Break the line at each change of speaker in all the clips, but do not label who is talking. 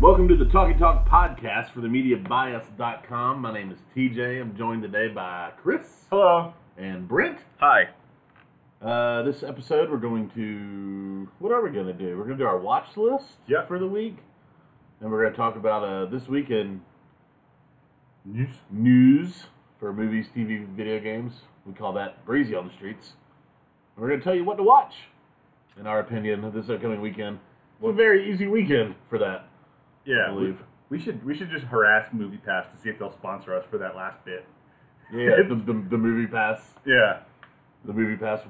Welcome to the Talkie Talk podcast for the MediaBias.com. My name is TJ. I'm joined today by Chris
Hello.
and Brent.
Hi.
Uh, this episode, we're going to what are we going to do? We're going to do our watch list
Yeah.
for the week, and we're going to talk about uh, this week in
News.
news for movies, TV, video games. We call that breezy on the streets. And we're going to tell you what to watch, in our opinion, of this upcoming weekend. It's a very easy weekend for that, I
Yeah. We,
believe.
we should we should just harass Movie Pass to see if they'll sponsor us for that last bit.
Yeah, the, the, the movie pass,
Yeah.
the movie pass,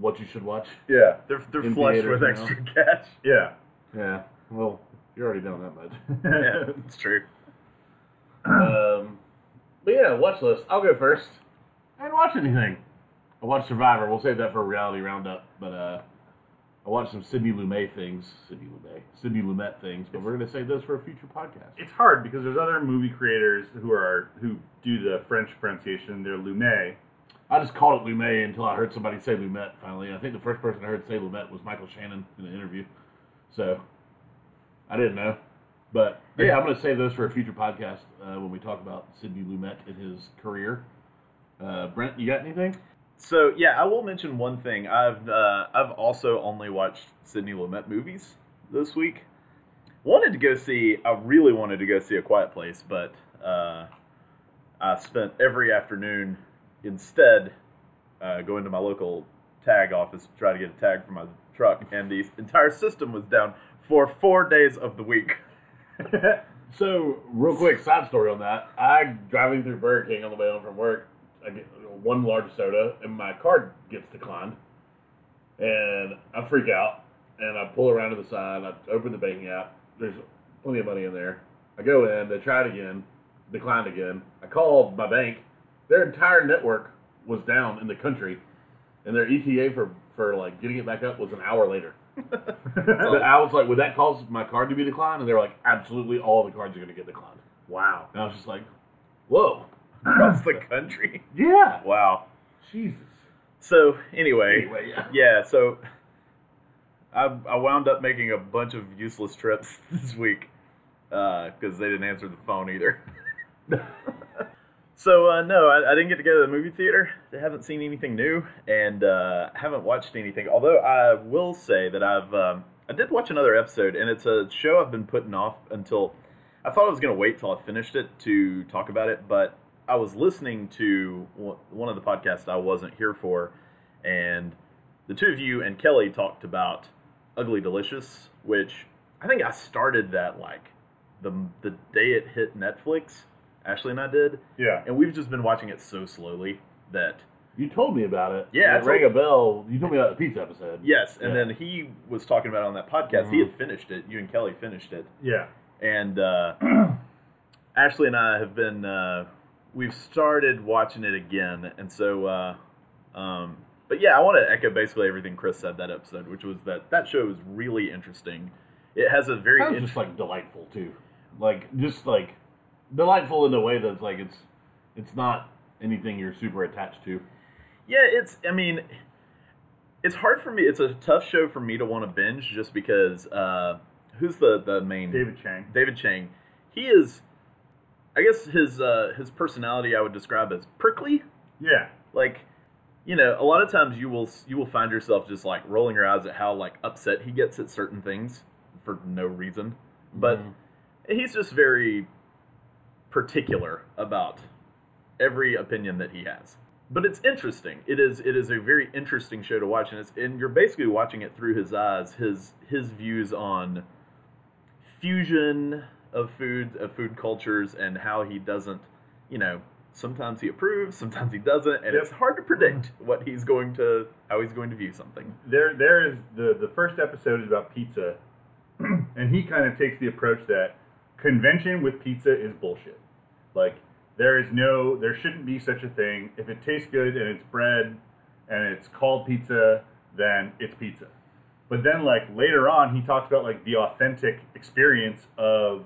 what you should watch.
Yeah.
They're they're
In
flush
theaters
with
now.
extra cash.
Yeah.
Yeah, well, you're already down that much.
yeah, it's true.
um, but yeah, watch list. I'll go first. I didn't watch anything. I watched Survivor. We'll save that for a reality roundup. But uh, I watched some Sidney Lumet things. Sidney Lumet. Sidney Lumet things. But we're gonna save those for a future podcast.
It's hard because there's other movie creators who are who do the French pronunciation. They're Lumet.
I just called it Lumet until I heard somebody say Lumet. Finally, I think the first person I heard say Lumet was Michael Shannon in an interview. So I didn't know. But yeah, I'm gonna save those for a future podcast uh, when we talk about Sidney Lumet and his career. Uh, Brent, you got anything?
So yeah, I will mention one thing. I've uh, I've also only watched Sidney Lumet movies this week. Wanted to go see. I really wanted to go see A Quiet Place, but uh, I spent every afternoon instead uh, going to my local tag office to try to get a tag for my truck, and the entire system was down for four days of the week.
So, real quick side story on that. I driving through Burger King on the way home from work. I get one large soda, and my card gets declined, and I freak out, and I pull around to the side. I open the banking app. There's plenty of money in there. I go in. They try it again, declined again. I called my bank. Their entire network was down in the country, and their ETA for for like getting it back up was an hour later. But I was like, would that cause my card to be declined? And they were like, absolutely, all the cards are going to get declined.
wow.
And I was just like, whoa.
across the country.
Yeah.
Wow.
Jesus.
So anyway,
Anyway, yeah.
yeah. So I I wound up making a bunch of useless trips this week because they didn't answer the phone either. so uh, no, I, I didn't get to go to the movie theater. I haven't seen anything new and uh, haven't watched anything. Although I will say that I've um, I did watch another episode and it's a show I've been putting off until I thought I was going to wait till I finished it to talk about it, but I was listening to one- one of the podcasts I wasn't here for, and the two of you and Kelly talked about Ugly Delicious, which I think I started that like the the day it hit Netflix. Ashley and I did,
Yeah.
and we've just been watching it so slowly that
You told me about it.
Yeah,
It
I
rang a bell. You told me about the pizza episode.
yes. And
Yeah.
then he was talking about it on that podcast. He had finished it. You and Kelly finished it.
Yeah.
and uh, Ashley and I have been uh, we've started watching it again, and so uh, um, but yeah, I want to echo basically everything Chris said that episode, which was that that show is really interesting. It has a very
Sounds just
interesting.
like delightful too, like just like delightful in a way that's like it's it's not anything you're super attached to.
Yeah, it's. I mean, it's hard for me. It's a tough show for me to want to binge just because uh, who's the the main
David Chang.
David Chang. He is, I guess his uh, his personality I would describe as prickly.
Yeah.
like you know a lot of times you will you will find yourself just like rolling your eyes at how like upset he gets at certain things for no reason but
Mhm.
he's just very particular about every opinion that he has but it's interesting it is it is a very interesting show to watch and it's and you're basically watching it through his eyes his his views on fusion of food of food cultures and how he doesn't you know sometimes he approves sometimes he doesn't and
Yep.
it's hard to predict what he's going to how he's going to view something
there there is the the first episode is about pizza and he kind of takes the approach that convention with pizza is bullshit like there is no there shouldn't be such a thing if it tastes good and it's bread and it's called pizza then it's pizza but then like later on he talks about like the authentic experience of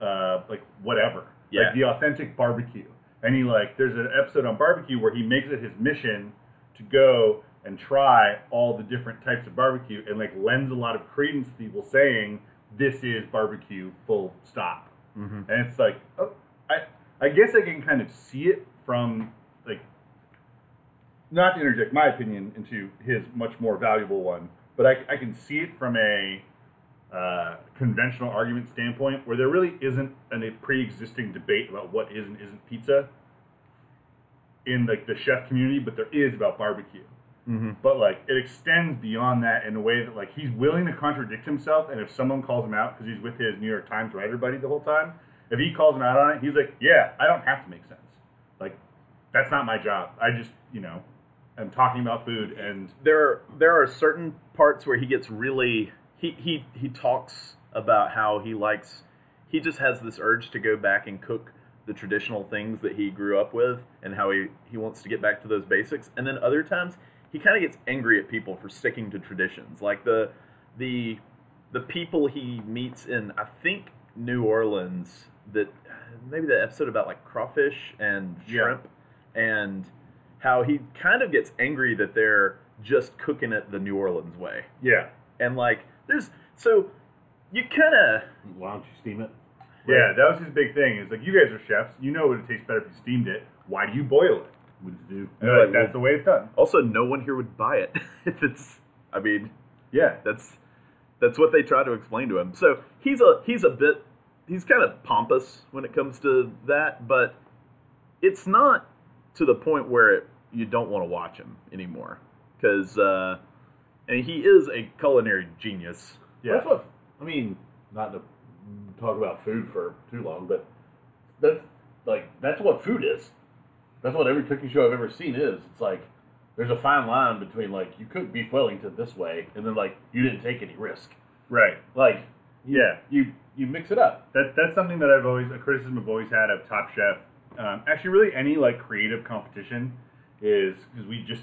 uh like whatever
Yeah.
like the authentic barbecue and he like there's an episode on barbecue where he makes it his mission to go and try all the different types of barbecue and like lends a lot of credence to people saying
this is barbecue full stop
Mm-hmm.
and it's like oh, I I guess I can kind of see it from like not to interject my opinion into his much more valuable one, but I, I can see it from a uh, conventional argument standpoint where there really isn't an, a pre-existing debate about what is and isn't pizza in like the chef community, but there is about barbecue.
Mm-hmm.
But like it extends beyond that in a way that like he's willing to contradict himself, and if someone calls him out because he's with his New York Times writer buddy the whole time, if he calls him out on it, he's like, "Yeah, I don't have to make sense. Like, that's not my job. I just, you know, am talking about food." And
there there are certain parts where he gets really he he he talks about how he likes he just has this urge to go back and cook the traditional things that he grew up with and how he he wants to get back to those basics and then other times he kind of gets angry at people for sticking to traditions like the the the people he meets in I think New Orleans that maybe the episode about like crawfish and
Yeah.
shrimp and how he kind of gets angry that they're just cooking it the New Orleans way.
yeah,
And like, there's so you kind of
Why don't you steam it?
yeah, that was his big thing. Is like, you guys are chefs. You know what it tastes better if you steamed it. Why do you boil it?
What did you do?
And they're like,
Right,
that's the way it's done.
also no one here would buy it if it's. I mean,
Yeah,
that's that's what they try to explain to him. So he's a he's a bit he's kind of pompous when it comes to that, but it's not to the point where it, you don't want to watch him anymore because uh, and he is a culinary genius.
yeah.
That's what I mean. Not to talk about food for too long, but that's like that's what food is. That's what every cooking show I've ever seen is. It's like there's a fine line between like you cook beef Wellington this way, and then like you didn't take any risk.
Right.
Like you-
Yeah.
you you mix it up.
That that's something that I've always a criticism I've always had of Top Chef. Um, actually, really any like creative competition is because we just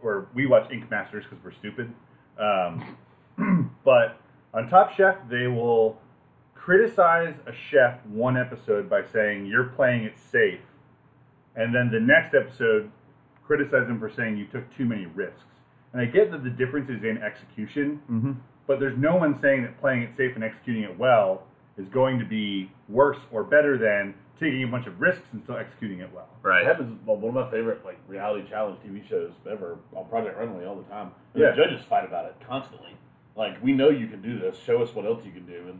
or we watch Ink Masters because we're stupid. Um, but on Top Chef, they will criticize a chef one episode by saying you're playing it safe, and then the next episode criticize them for saying you took too many risks. And I get that the difference is in execution,
Mm-hmm.
but there's no one saying that playing it safe and executing it well is going to be worse or better than taking a bunch of risks and still executing it well.
It
Right.
happens. Well, one of my favorite like reality challenge TV shows ever on Project Runway all the time. And
Yeah.
The judges fight about it constantly. Like we know you can do this. Show us what else you can do. And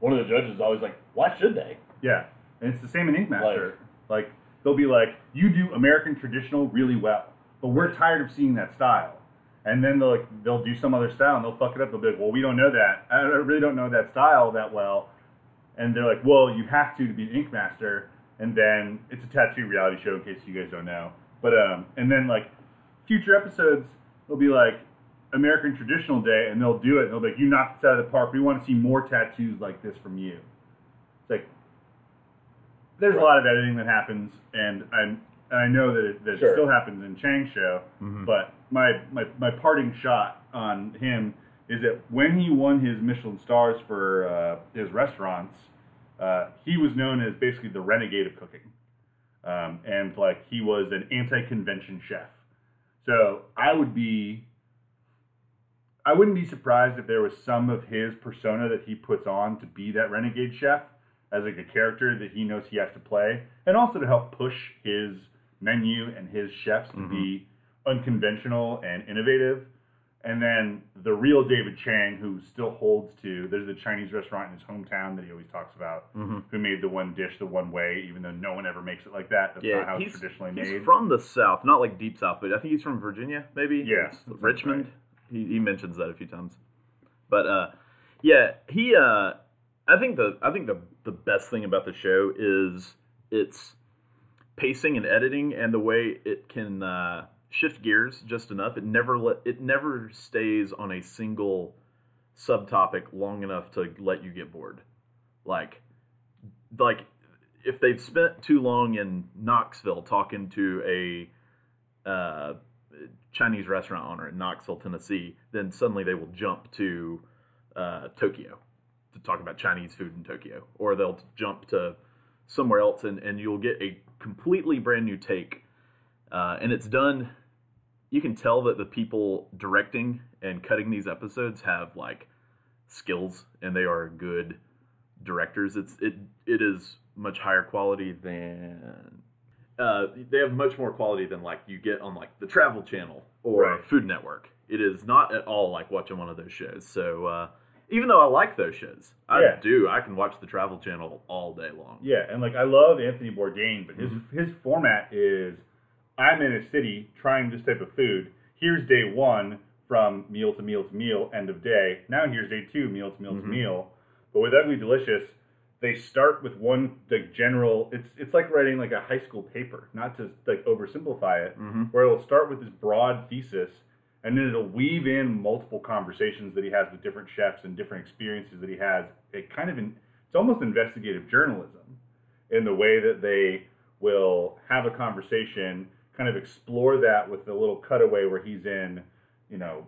one of the judges is always like, why should they?
Yeah. And it's the same in Ink Master. Like, they'll be like, you do American traditional really well, but we're tired of seeing that style. And then they'll like they'll do some other style and they'll fuck it up. They'll be like, well, we don't know that. I don't- I really don't know that style that well. And they're like, well, you have to to be an ink master. And then it's a tattoo reality show in case you guys don't know. But um, and then like future episodes, they'll be like American traditional day, and they'll do it. And they'll be like, you knocked this out of the park. We want to see more tattoos like this from you. It's like there's a lot of editing that happens, and I'm and I know that it, that
Sure.
it still happens in Chang's show.
Mhm.
But my, my my parting shot on him is that when he won his Michelin stars for uh, his restaurants, uh, he was known as basically the renegade of cooking, um, and like he was an anti-convention chef. So I would be. I wouldn't be surprised if there was some of his persona that he puts on to be that renegade chef as like a character that he knows he has to play, and also to help push his menu and his chefs to be
Mm-hmm.
unconventional and innovative. And then the real David Chang, who still holds to there's the Chinese restaurant in his hometown that he always talks about,
Mhm.
who made the one dish the one way, even though no one ever makes it like that. That's not
Yeah,
how
he's,
it's traditionally
he's
made.
from the South, not like deep South, but I think he's from Virginia, maybe.
Yeah,
It's
that sounds
Richmond. He, he mentions that a few times, but uh, yeah, he. Uh, I think the I think the the best thing about the show is its pacing and editing and the way it can uh, shift gears just enough. It never let it never stays on a single subtopic long enough to let you get bored. Like, like if they've spent too long in Knoxville talking to a uh, Chinese restaurant owner in Knoxville, Tennessee, then suddenly they will jump to uh, Tokyo to talk about Chinese food in Tokyo, or they'll jump to somewhere else, and, and you'll get a completely brand new take. Uh, and it's done. You can tell that the people directing and cutting these episodes have like skills and they are good directors. It's it it is much higher quality than uh, they have much more quality than like you get on like the Travel Channel or
Right.
Food Network. It is not at all like watching one of those shows. So uh, even though I like those shows, I
Yeah.
do. I can watch the Travel Channel all day long.
Yeah, and like I love Anthony Bourdain, but his his format is I'm in a city trying this type of food. Here's day one from meal to meal to meal, end of day. Now here's day two, meal to meal to meal. But with Ugly Delicious, they start with one like general. It's it's like writing like a high school paper, not to like oversimplify it,
Mm-hmm.
where it'll start with this broad thesis. And then it'll weave in multiple conversations that he has with different chefs and different experiences that he has. It kind of in, it's almost investigative journalism in the way that they will have a conversation, kind of explore that with the little cutaway where he's in, you know,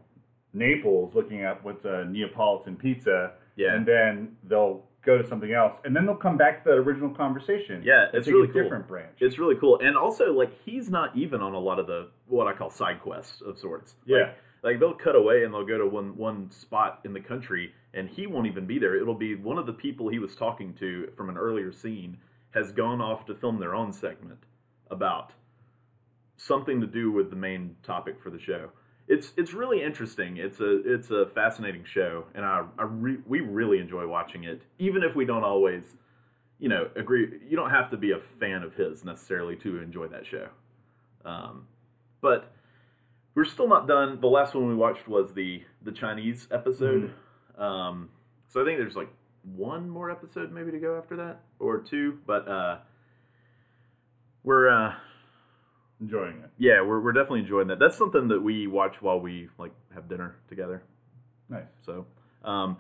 Naples looking at what's a Neapolitan pizza,
Yeah.
and then they'll go to something else, and then they'll come back to that original conversation.
Yeah,
and
it's
take
really
a
cool.
different branch.
It's really cool. And also, like, he's not even on a lot of the what I call side quests of sorts. Like-
Yeah.
Like, they'll cut away and they'll go to one one spot in the country, and he won't even be there. It'll be one of the people he was talking to from an earlier scene has gone off to film their own segment about something to do with the main topic for the show. It's it's really interesting. It's a it's a fascinating show, and I, I re, we really enjoy watching it, even if we don't always, you know, agree. You don't have to be a fan of his necessarily to enjoy that show. Um, but we're still not done. The last one we watched was the the Chinese episode. Um, so I think there's like one more episode maybe to go after that or two, but uh, we're. Uh,
Enjoying it.
yeah, we're, we're definitely enjoying that. That's something that we watch while we like have dinner together.
Nice.
So, um,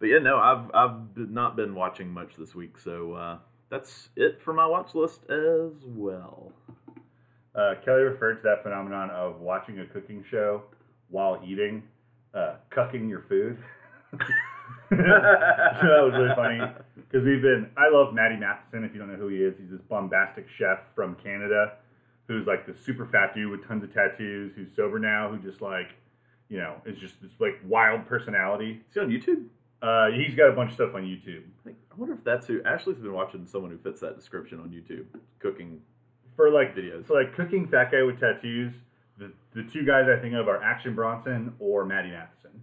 but yeah, no, I've I've b- not been watching much this week, so uh, that's it for my watch list as well.
Uh, Kelly referred to that phenomenon of watching a cooking show while eating, uh, cucking your food. so that was really funny because we've been. I love Matty Matheson. If you don't know who he is, he's this bombastic chef from Canada who's like the super fat dude with tons of tattoos who's sober now, who just like, you know, is just this like wild personality.
Is he on YouTube?
Uh, he's got a bunch of stuff on YouTube.
I, think, I wonder if that's who Ashley's been watching. Someone who fits that description on YouTube, cooking.
for like
Videos.
for like cooking fat guy with tattoos. The, the two guys I think of are Action Bronson or Maddie Matheson.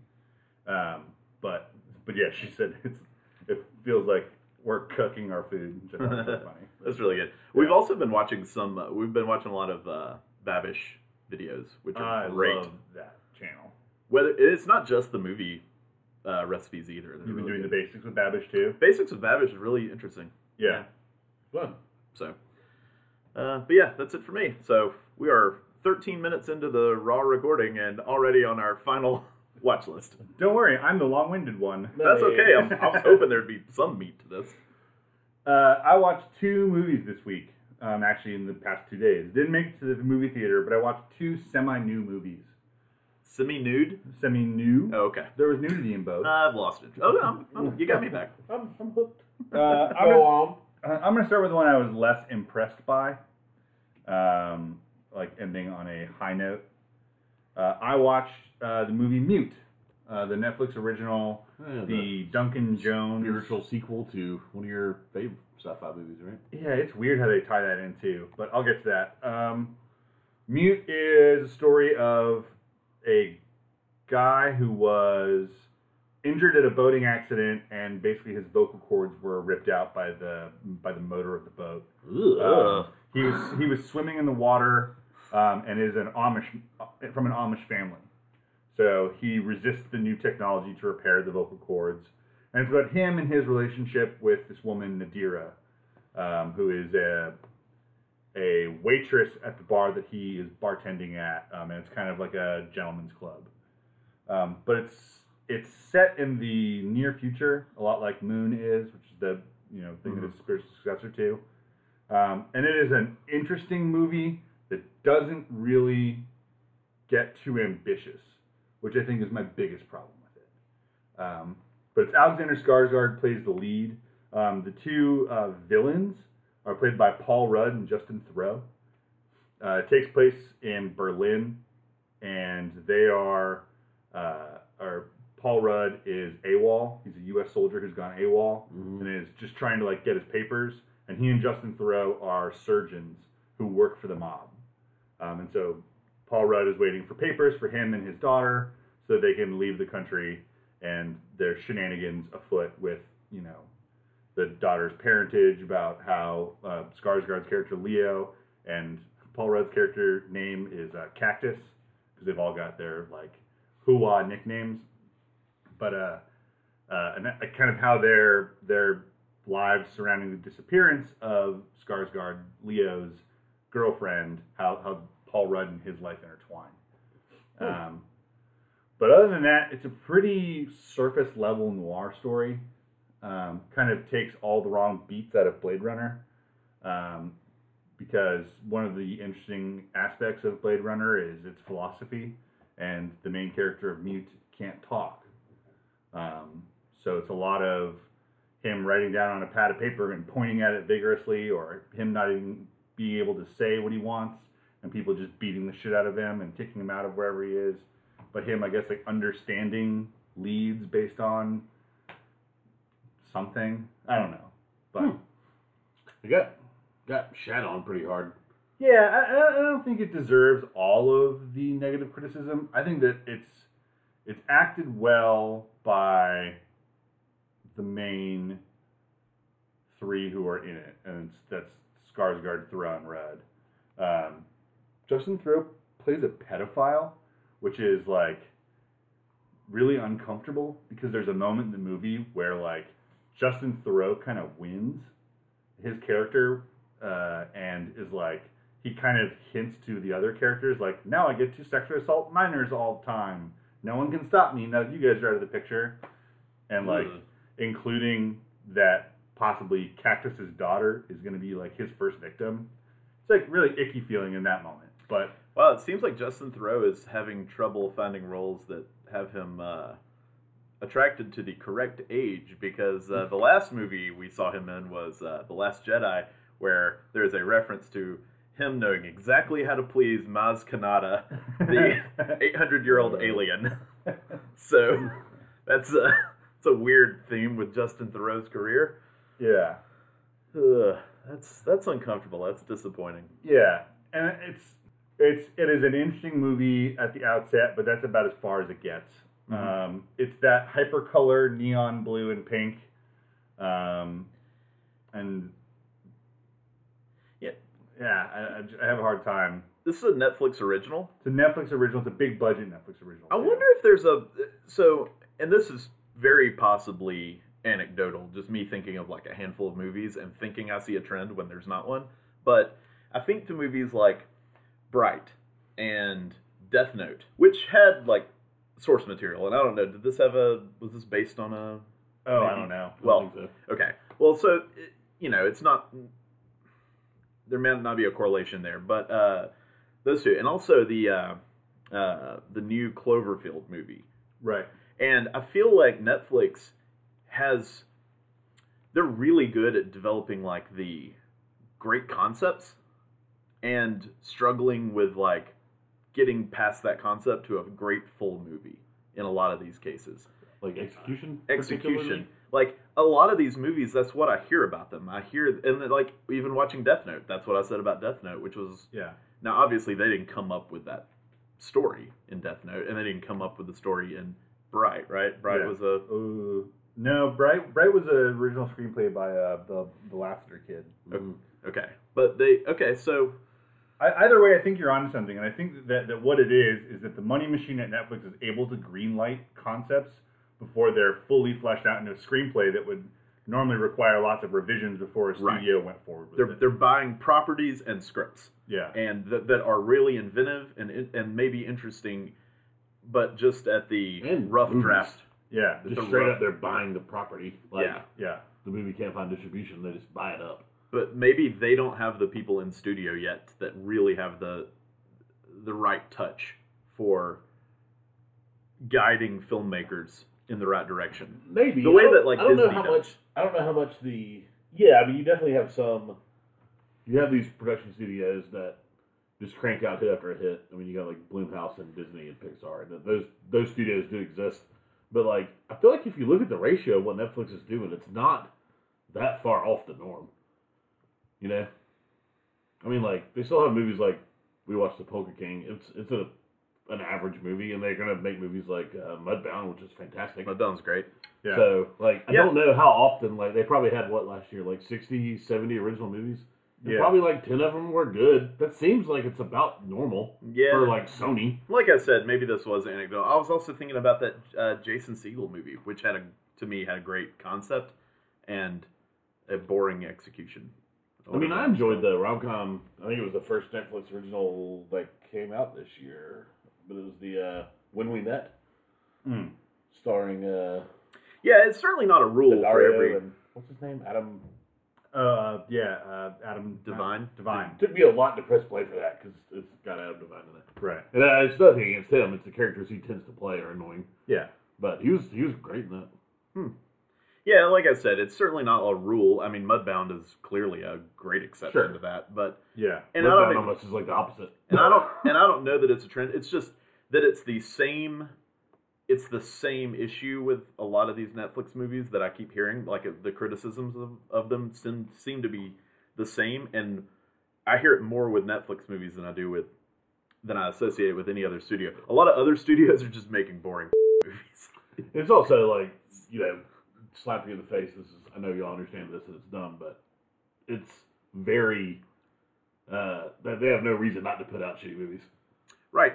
Um, but but yeah, she said it's it feels like we're cooking our food, which I thought was really funny.
That's really good. We've also been watching some. Uh, we've been watching a lot of uh, Babish videos, which are
I
great.
love that channel.
Whether it's not just the movie uh, recipes either. They're
You've been
really
doing
good.
the basics with Babish too.
Basics of Babish is really interesting.
Yeah.
Fun.
So, uh, but yeah, that's it for me. So we are 13 minutes into the raw recording and already on our final watch list.
Don't worry, I'm the long-winded one.
That's okay. I'm, I was hoping there'd be some meat to this.
Uh, I watched two movies this week. Um, actually, in the past two days, didn't make it to the movie theater, but I watched two semi-new movies.
Semi nude.
Semi-new.
Oh, okay.
There was nudity in both.
I've lost it. Oh, no, I'm, I'm- you got me back.
I'm, I'm hooked.
Uh, I'm,
Go
gonna,
on.
uh, I'm gonna start with the one I was less impressed by, um, like ending on a high note. Uh, I watched uh, the movie Mute, uh, the Netflix original, the Duncan Jones
spiritual sequel to one of your favorite sci-fi movies, right?
Yeah, it's weird how they tie that in too, but I'll get to that. Um, Mute is a story of a guy who was injured at a boating accident, and basically his vocal cords were ripped out by the by the motor of the boat.
Oh.
Um, he was he was swimming in the water, um, and is an Amish from an Amish family. So he resists the new technology to repair the vocal cords, and it's about him and his relationship with this woman Nadira, um, who is a a waitress at the bar that he is bartending at, um, and it's kind of like a gentleman's club. Um, but it's it's set in the near future, a lot like Moon is, which is the you know thing that it's spiritual successor to. Um, and it is an interesting movie that doesn't really get too ambitious, which I think is my biggest problem with it. Um, but it's Alexander Skarsgård plays the lead. Um, the two uh, villains are played by Paul Rudd and Justin Thoreau. Uh, it takes place in Berlin, and they are, uh, are Paul Rudd is AWOL. He's a U.S. soldier who's gone AWOL and is just trying to like get his papers. And he and Justin Thoreau are surgeons who work for the mob. Um, and so Paul Rudd is waiting for papers for him and his daughter so that they can leave the country. And there's shenanigans afoot with you know the daughter's parentage about how uh, Skarsgård's character Leo and Paul Rudd's character name is uh, Cactus because they've all got their like hoo-wah nicknames. But uh, uh, and that, kind of how their their lives surrounding the disappearance of Skarsgård, Leo's girlfriend, how how Paul Rudd and his life intertwine.
Hmm.
Um, but other than that, it's a pretty surface level noir story. Um, kind of takes all the wrong beats out of Blade Runner. Um, because one of the interesting aspects of Blade Runner is its philosophy, and the main character of Mute can't talk. Um, so it's a lot of him writing down on a pad of paper and pointing at it vigorously, or him not even being able to say what he wants, and people just beating the shit out of him and kicking him out of wherever he is. But him, I guess, like understanding leads based on something. I don't know. But.
Hmm. I got got shat on pretty hard.
Yeah, I- I, I don't think it deserves all of the negative criticism. I think that it's it's acted well by the main three who are in it, and it's, that's Skarsgård, Thoreau, and Rudd. Um, Justin Thoreau plays a pedophile, which is like really uncomfortable because there's a moment in the movie where like Justin Thoreau kind of wins his character uh, and is like he kind of hints to the other characters like now I get to sexually assault minors all the time. No one can stop me now that you guys are out of the picture, and like
Mm.
including that possibly Cactus's daughter is going to be like his first victim. It's like really icky feeling in that moment, but
Wow, it seems like Justin Thoreau is having trouble finding roles that have him uh, attracted to the correct age because uh, the last movie we saw him in was uh, The Last Jedi, where there's a reference to him knowing exactly how to please Maz Kanata, the 800 year old alien. So that's a, that's a weird theme with Justin Thoreau's career.
yeah.
Ugh, that's, that's uncomfortable. That's disappointing.
Yeah, and it's it's it is an interesting movie at the outset, but that's about as far as it gets.
Mm-hmm.
Um, it's that hypercolor neon blue and pink, um, and
Yeah.
yeah, I, I j- I have a hard time.
This is a Netflix original.
It's a Netflix original. It's a big budget Netflix original.
I
too.
wonder if there's a so, and this is very possibly anecdotal, just me thinking of like a handful of movies and thinking I see a trend when there's not one. But I think to movies like Bright and Death Note, which had like source material, and I don't know, did this have a was this based on a
Oh, I don't know.
Well,
I think
Okay. Well, so it, you know, it's not there may not be a correlation there, but uh, those two, and also the uh, uh, the new Cloverfield movie,
Right.
and I feel like Netflix has they're really good at developing like the great concepts and struggling with like getting past that concept to a great full movie in a lot of these cases
so. like execution.
execution. Like a lot of these movies, that's what I hear about them. I hear and then, like even watching Death Note, that's what I said about Death Note, which was
Yeah.
now obviously they didn't come up with that story in Death Note, and they didn't come up with the story in Bright, right? Bright
Yeah.
was a
Ooh. Uh, No, Bright. Bright was an original screenplay by uh, the the Lassiter kid.
Mhm.
okay, but they okay, so
I, either way, I think you're onto something, and I think that, that what it is is that the money machine at Netflix is able to greenlight concepts before they're fully fleshed out into a screenplay that would normally require lots of revisions before a
Right.
studio went forward with
they're
it.
they're buying properties and scripts,
yeah,
and that that are really inventive and and maybe interesting, but just at the
And
rough
movies.
draft.
yeah,
Just
It's a
straight
rough-
up, they're buying the property. Like,
Yeah.
yeah.
The movie can't find distribution; they just buy it up.
but maybe they don't have the people in studio yet that really have the the right touch for guiding filmmakers in the right direction.
Maybe
The way
I don't-
that, like,
I don't know
Disney
how
does.
much I don't know how much the yeah. I mean, you definitely have some. You have these production studios that just crank out hit after hit. I mean, you got like Bloomhouse and Disney and Pixar, and th- those those studios do exist. But like, I feel like if you look at the ratio of what Netflix is doing, it's not that far off the norm. You know, I mean, like they still have movies like we watched The Poker King. It's it's a an average movie, and they're gonna make movies like uh, Mudbound, which is fantastic.
Mudbound's great.
Yeah.
So like, I
Yeah.
don't know how often like they probably had what last year like 60, 70 original movies. And
Yeah.
Probably like ten of them were good. That seems like it's about normal
Yeah.
for like Sony.
like I said, maybe this was anecdotal. I was also thinking about that uh, Jason Siegel movie, which had a to me had a great concept and a boring execution.
I mean, I enjoyed the rom com. I think it was the first Netflix original that came out this year, but it was the uh, When We Met,
Hmm.
Mm.
starring uh,
Yeah, it's certainly not a rule for
Dario
every
and- what's his name, Adam.
Uh, yeah, uh, Adam
Devine.
Divine.
Took me a lot to press play for that because it's got Adam Devine in it,
Right.
and uh, it's nothing against him. It's the characters he tends to play are annoying,
Yeah.
but he was he was great in that.
Yeah, like I said, it's certainly not a rule. I mean, Mudbound is clearly a great exception
Sure.
to that, but
Yeah.
and
Red
I don't
Dawn
even-
almost is like the opposite.
and I don't and I don't know that it's a trend. It's just that it's the same it's the same issue with a lot of these Netflix movies that I keep hearing. Like uh, the criticisms of, of them seem, seem to be the same, and I hear it more with Netflix movies than I do with than I associate with any other studio. A lot of other studios are just making boring movies.
It's also like you know, slap you in the face. This is I know y'all understand this and it's dumb, but it's very. Uh, they they have no reason not to put out shitty movies.
Right.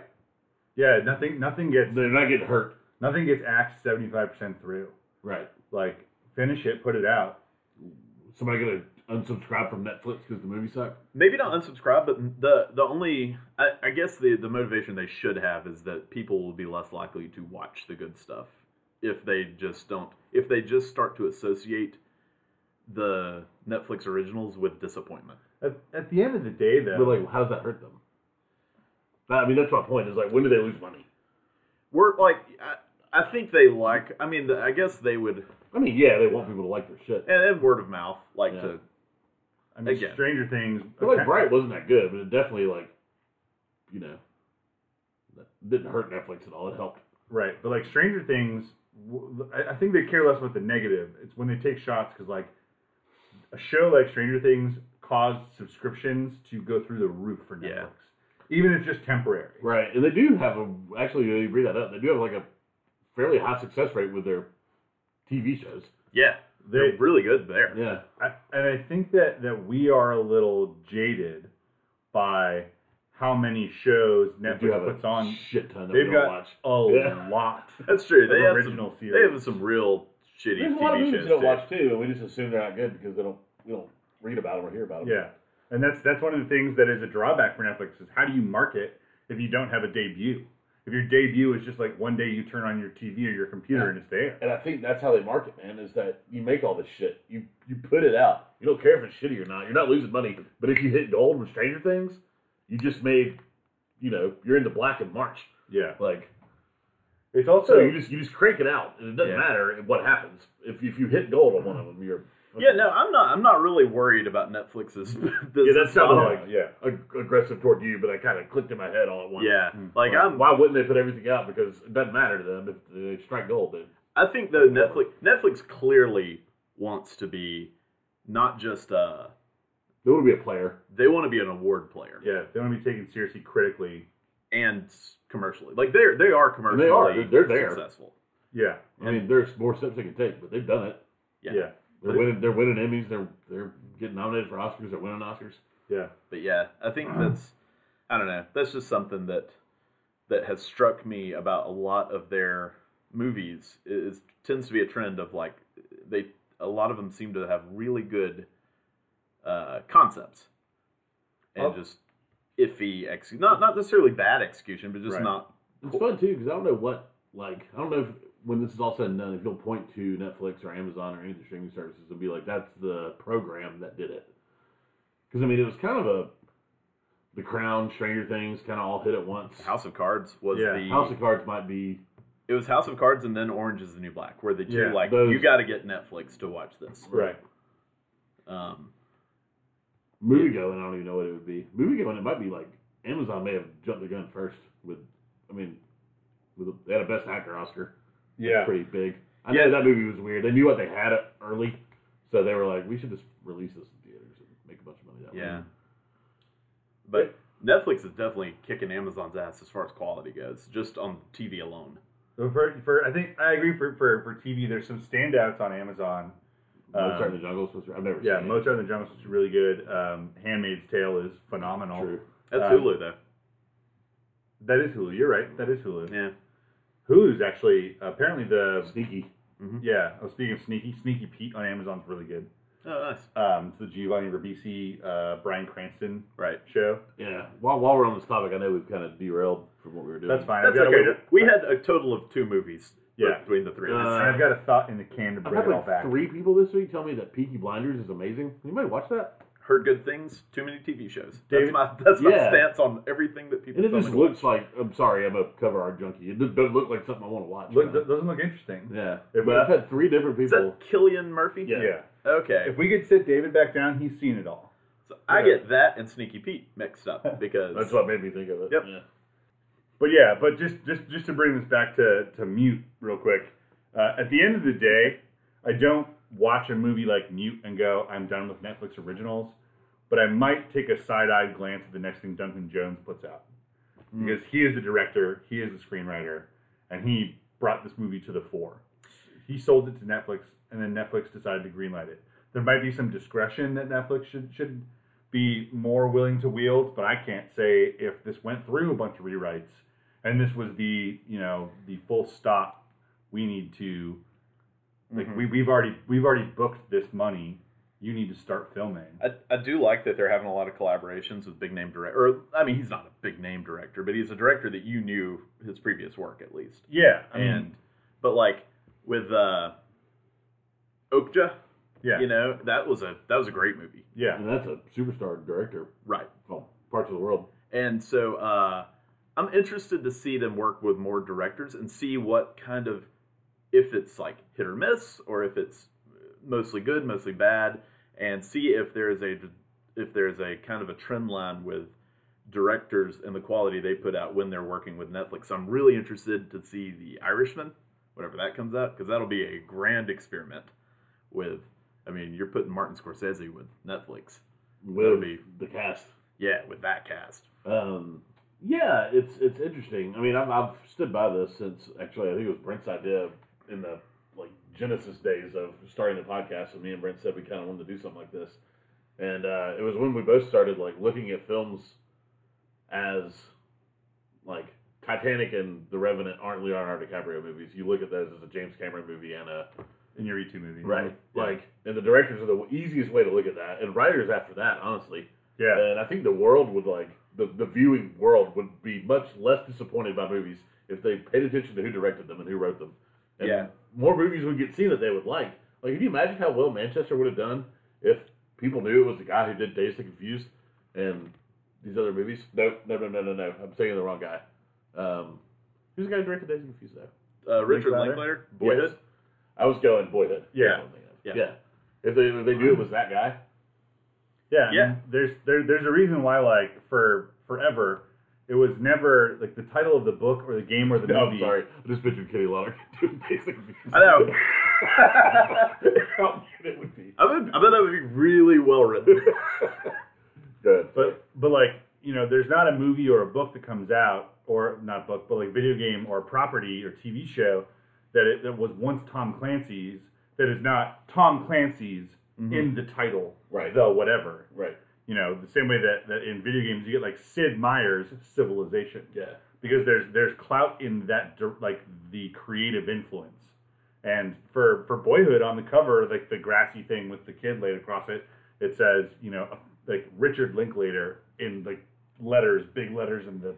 Yeah. Nothing. Nothing gets.
They're not getting hurt.
Nothing gets axed seventy five percent through.
Right.
Like finish it, put it out.
Somebody gonna unsubscribe from Netflix because the movie sucked.
maybe not unsubscribe, but the the only I, I guess the the motivation they should have is that people will be less likely to watch the good stuff if they just don't if they just start to associate the Netflix originals with disappointment.
At, at the end of the day, though,
But like, how does that hurt them? I mean, that's my point. Is like, when do they lose money?
We're like I, I think they like I mean I guess they would
I mean, yeah, they want people to like their shit.
and, and word of mouth like
Yeah.
to
I mean,
again.
Stranger Things.
I feel like Bright wasn't that good, but it definitely like, you know, didn't hurt Netflix at all. It helped.
Right, but like Stranger Things, w- I I think they care less about the negative. It's when they take shots because like a show like Stranger Things caused subscriptions to go through the roof for Netflix,
Yeah.
even if it's just temporary.
Right, and they do have a actually you bring that up. They do have like a fairly high success rate with their TV shows.
yeah they're
They-
really good there.
Yeah,
I, and I think that that we are a little jaded by how many shows
they do have
Netflix puts
a
on.
shit ton that
They've
we
got
don't watch.
a
Yeah.
lot of
That's true. They have some
original
they
series.
have some real shitty
There's a
TV
lot of movies
shows.
we don't
too.
watch too, and we just assume they're not good because they don't we don't read about them or hear about them.
Yeah, and that's that's one of the things that is a drawback for Netflix is how do you market if you don't have a debut? If your debut is just like one day you turn on your TV or your computer and it's there.
And I think that's how they market, man, is that you make all this shit. You you put it out. You don't care if it's shitty or not. You're not losing money. But if you hit gold with Stranger Things, you just made you know, you're in the black in March.
Yeah,
Like
it's also
so you just you just crank it out and it doesn't
Yeah.
matter what happens. If if you hit gold on one of them, you're
Yeah, no, I'm not. I'm not really worried about Netflix's.
Yeah, that sounded
yeah,
like
yeah.
ag- aggressive toward you, but I kind of clicked in my head all at once.
Yeah,
Mm.
like
Like,
I'm.
why wouldn't they put everything out? Because it doesn't matter to them if they strike gold. Then
I think though Netflix Netflix clearly wants to be not just uh
there would be a player.
they want to be an award player
yeah. They want to be taken seriously critically.
and s- commercially like they're they are commercially
They're- they're there.
successful.
Yeah,
I mean, there's more steps they can take, but they've done it.
Yeah.
yeah, yeah.
They're winning. They're winning Emmys. They're they're getting nominated for Oscars. They're winning Oscars.
But yeah, I think
Hmm.
that's I don't know. That's just something that that has struck me about a lot of their movies. It, it's- tends to be a trend of like they a lot of them seem to have really good uh, concepts and
Oh.
just iffy ex not not necessarily bad execution, but just
Right.
not
It's fun too because I don't know what like I don't know if when this is all said and done if you'll point to Netflix or Amazon or any of the streaming services and be like that's the program that did it. Because I mean, it was kind of a The Crown, Stranger Things, kind of all hit at once.
House of Cards was
Yeah,
the
House of Cards might be
it was House of Cards and then Orange is the New Black were the two
Yeah,
like
those-
you got to get Netflix to watch this.
Right.
Um,
movie going. I don't even know what it would be. Movie going. It might be like Amazon may have jumped the gun first with. I mean, with they had a Best Actor Oscar.
Yeah.
pretty big. I know that movie was weird. They knew what they had it early, so they were like, "We should just release this in theaters and make a bunch of money that
Yeah.
way."
But Netflix is definitely kicking Amazon's ass as far as quality goes, just on TV alone.
So for, for I think I agree for, for, for TV. There's some standouts on Amazon.
Mozart
Um,
in the Jungle was supposed to. I've never
Yeah,
seen
Mozart and the Jungle is really good. Um, Handmaid's Tale is phenomenal.
it. True.
That's
Um,
Hulu though.
That is Hulu. You're right. That is Hulu.
Yeah.
Hulu's actually apparently the
Sneaky.
yeah. I was speaking of sneaky. Sneaky Pete on Amazon's really good.
Oh, nice.
Um, it's the Giovanni Ribisi, uh, Brian Cranston
Right.
show.
Yeah. While while we're on this topic, I know we've kind of derailed from what we were doing.
That's fine.
That's
I've got
okay.
a,
We had a total of two movies
Yeah.
between the three of us.
Uh,
I've got a thought in the can to
I've
bring
had
it all
like
back.
three people this week tell me that Peaky Blinders is amazing. Anybody watch that?
Heard good things, too many TV shows.
David-
that's my, that's my
Yeah.
stance on everything that people
And it
tell
just
me to watch.
looks like I'm sorry, I'm a cover art junkie. It just doesn't look like something I want to watch.
Look,
man.
th- doesn't look interesting.
yeah.
If
but
we-
I've had three different
Is
people.
that Killian Murphy?
Yeah.
Okay.
If we could sit David back down, he's seen it all.
So I
Yeah.
get that and Sneaky Pete mixed up because
That's what made me think of it.
Yep.
Yeah.
But yeah, but just just just to bring this back to to mute real quick. Uh, at the end of the day, I don't watch a movie like Mute and go, I'm done with Netflix originals. But I might take a side-eyed glance at the next thing Duncan Jones puts out because he is the director, he is the screenwriter, and he brought this movie to the fore. He sold it to Netflix, and then Netflix decided to greenlight it. There might be some discretion that Netflix should should be more willing to wield, but I can't say if this went through a bunch of rewrites and this was the you know the full stop we need to like
Mhm.
we, we've already we've already booked this money. You need to start filming.
I, I do like that they're having a lot of collaborations with big name director. Or I mean, he's not a big name director, but he's a director that you knew his previous work at least.
Yeah, I mean,
and but like with uh, Okja,
yeah,
you know that was a that was a great movie,
yeah,
And that's a superstar director
right?
from parts of the world.
And so uh, I'm interested to see them work with more directors and see what kind of if it's like hit or miss or if it's mostly good, mostly bad, and see if there is a if there's a kind of a trend line with directors and the quality they put out when they're working with Netflix. I'm really interested to see The Irishman, whenever that comes out, because that'll be a grand experiment with. I mean, you're putting Martin Scorsese with Netflix.
With
be-
the cast.
Yeah, with that cast.
Um, yeah, it's it's interesting. I mean, I've, I've stood by this since actually I think it was Brent's idea in the like Genesis days of starting the podcast. And me and Brent said we kind of wanted to do something like this, and uh, it was when we both started like looking at films as like Titanic and The Revenant aren't Leonardo DiCaprio movies. You look at those as a James Cameron movie and a
in your E two movie,
right,
Yeah.
like and the directors are the easiest way to look at that, and writers after that, honestly.
yeah.
And I think the world would like the, the viewing world would be much less disappointed by movies if they paid attention to who directed them and who wrote them. And
Yeah.
more movies would get seen that they would like. Like, can you imagine how well Manchester would have done if people knew it was the guy who did Days to Confused and these other movies? No, no, no, no, no, no. I'm saying the wrong guy. Um, who's the guy who directed Days to Confused though?
Uh, Richard
Linklater?
Linklater,
Yes.
Boyhood.
I was going Boyhood. That's
Yeah.
what I'm thinking of.
Yeah.
Yeah. If they if they knew it was that guy.
Yeah, I
Yeah.
mean, There's there, there's a reason why like for forever, it was never like the title of the book or the game or the
No, I'm
movie.
Oh, sorry. I just pictured Kenny Lauder doing Days to Confused.
I know.
How good it would be.
I bet, I bet that would be really well written.
Good.
But but like you know, there's not a movie or a book that comes out or not book, but like video game or property or TV show that it, that was once Tom Clancy's that is not Tom Clancy's in the title,
Right.
The whatever.
right.
You know, the same way that, that in video games you get like Sid Meier's Civilization.
Yeah.
because there's there's clout in that dir- like the creative influence and for for boyhood on the cover like the grassy thing with the kid laid across it it says you know like richard linklater in like letters big letters in the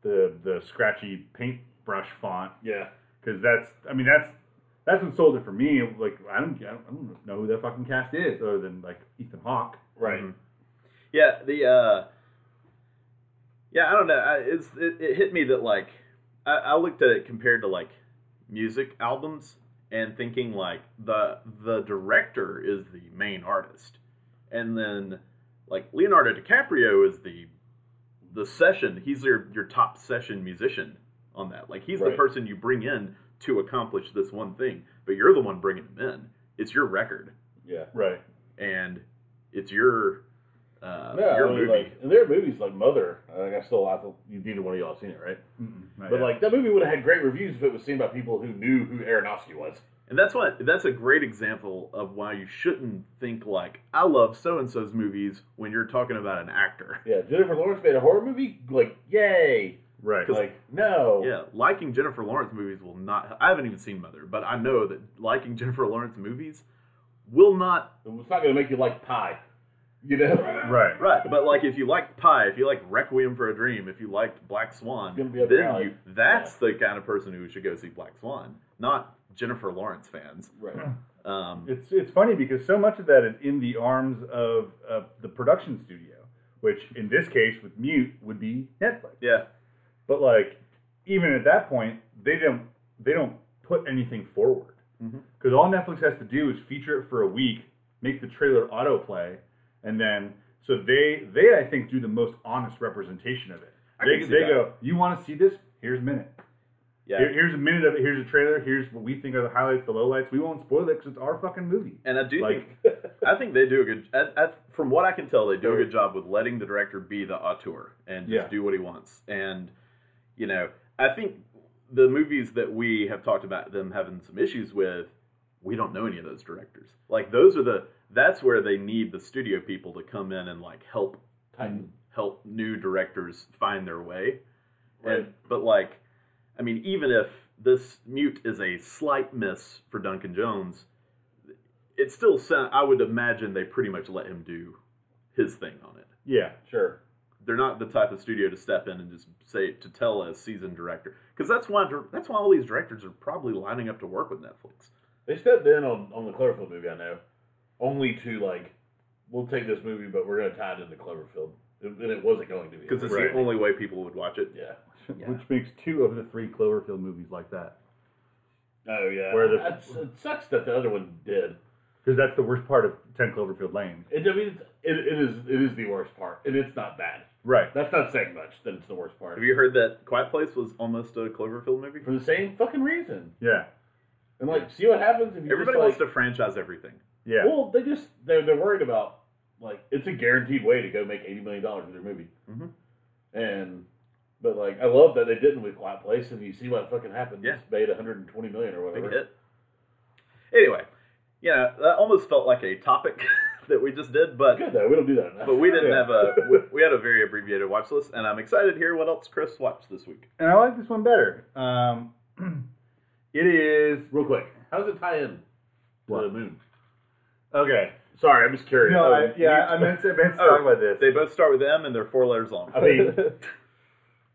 the the scratchy paintbrush font
Yeah.
because that's I mean that's that's what sold it for me like i don't i don't know who that fucking cast is other than like ethan hawke
Right.
yeah, the uh, yeah, I don't know. I, it's it, it hit me that like I, I looked at it compared to like music albums and thinking like the the director is the main artist, and then like Leonardo DiCaprio is the the session. He's your your top session musician on that. Like he's the
Right.
person you bring in to accomplish this one thing, but you're the one bringing them in. It's your record,
Yeah.
Right.
and it's your uh,
Yeah,
your
I mean,
movie.
like, and there are movies like Mother. I think I still, I think neither one of y'all have seen it, right?
But
But like that movie would have had great reviews if it was seen by people who knew who Aronofsky was.
And that's what that's a great example of why you shouldn't think like I love so and so's movies when you're talking about an actor.
Yeah, Jennifer Lawrence made a horror movie, like yay!
right.
Like no,
Yeah, liking Jennifer Lawrence movies will not I haven't even seen Mother, but I know that liking Jennifer Lawrence movies will not
it's not going to make you like pie, you know?
Right.
right, but like if you like Pie, if you like Requiem for a Dream, if you liked Black Swan,
It's gonna
then
be up your alley.
you that's the kind of person who should go see Black Swan, not Jennifer Lawrence fans.
Right.
Um,
It's it's funny because so much of that is in the arms of uh, the production studio, which in this case with Mute would be Netflix.
yeah,
But like, even at that point, they don't they don't put anything forward
Mhm.
because all Netflix has to do is feature it for a week, make the trailer autoplay, and then so they they I think do the most honest representation of it.
I
they
can see
they
that.
go, you want to see this? Here's a minute.
yeah.
Here- here's a minute of it. Here's a trailer. Here's what we think are the highlights, the lowlights. We won't spoil it because it's our fucking movie.
And I do
Like-
think I think they do a good. I, I, from what I can tell, they do a good job with letting the director be the auteur and just
Yeah.
do what he wants. And you know, I think the movies that we have talked about them having some issues with, we don't know any of those directors. Like those are the. That's where they need the studio people to come in and like help
Titan.
help new directors find their way.
Right.
And, but like, I mean, even if this mute is a slight miss for Duncan Jones, it still sound, I would imagine they pretty much let him do his thing on it.
Yeah,
Sure.
They're not the type of studio to step in and just say to tell a seasoned director because that's why dir- that's why all these directors are probably lining up to work with Netflix.
They stepped in on on the Cloverfield movie. I know, only to like, we'll take this movie, but we're going to tie it into Cloverfield, and it wasn't going to be
Because it's
Right.
the only way people would watch it.
yeah.
Yeah.
which makes two of the three Cloverfield movies like that.
Oh yeah.
Where the-
That's, it sucks that the other one did.
Because that's the worst part of Ten Cloverfield Lane.
It, I mean, it's, it, it is it is the worst part, and it's not bad.
Right.
That's not saying much. That it's the worst part
Have you heard that Quiet Place was almost a Cloverfield movie?
for the same fucking reason.
Yeah.
And like, see what happens if you
Everybody wants
just, like,
to franchise everything.
Yeah.
Well, they just they're they're worried about like it's a guaranteed way to go make eighty million dollars with their movie.
Mhm.
And but like, I love that they didn't with Quiet Place, and you see what fucking happened.
Yeah.
It's made one hundred and twenty million or
Big
whatever.
hit. Anyway, yeah, that almost felt like a topic that we just did, but
Good though. We don't do that enough.
but we didn't
Yeah.
have a we, we had a very abbreviated watch list, and I'm excited to hear what else Chris watched this week.
And I like this one better. Um, it is
Real quick, how does it tie in to
What?
the moon?
okay.
Sorry, I'm just curious.
No,
Oh,
I, yeah, I meant to, I meant to talk about this.
They both start with M, and they're four letters long.
I mean,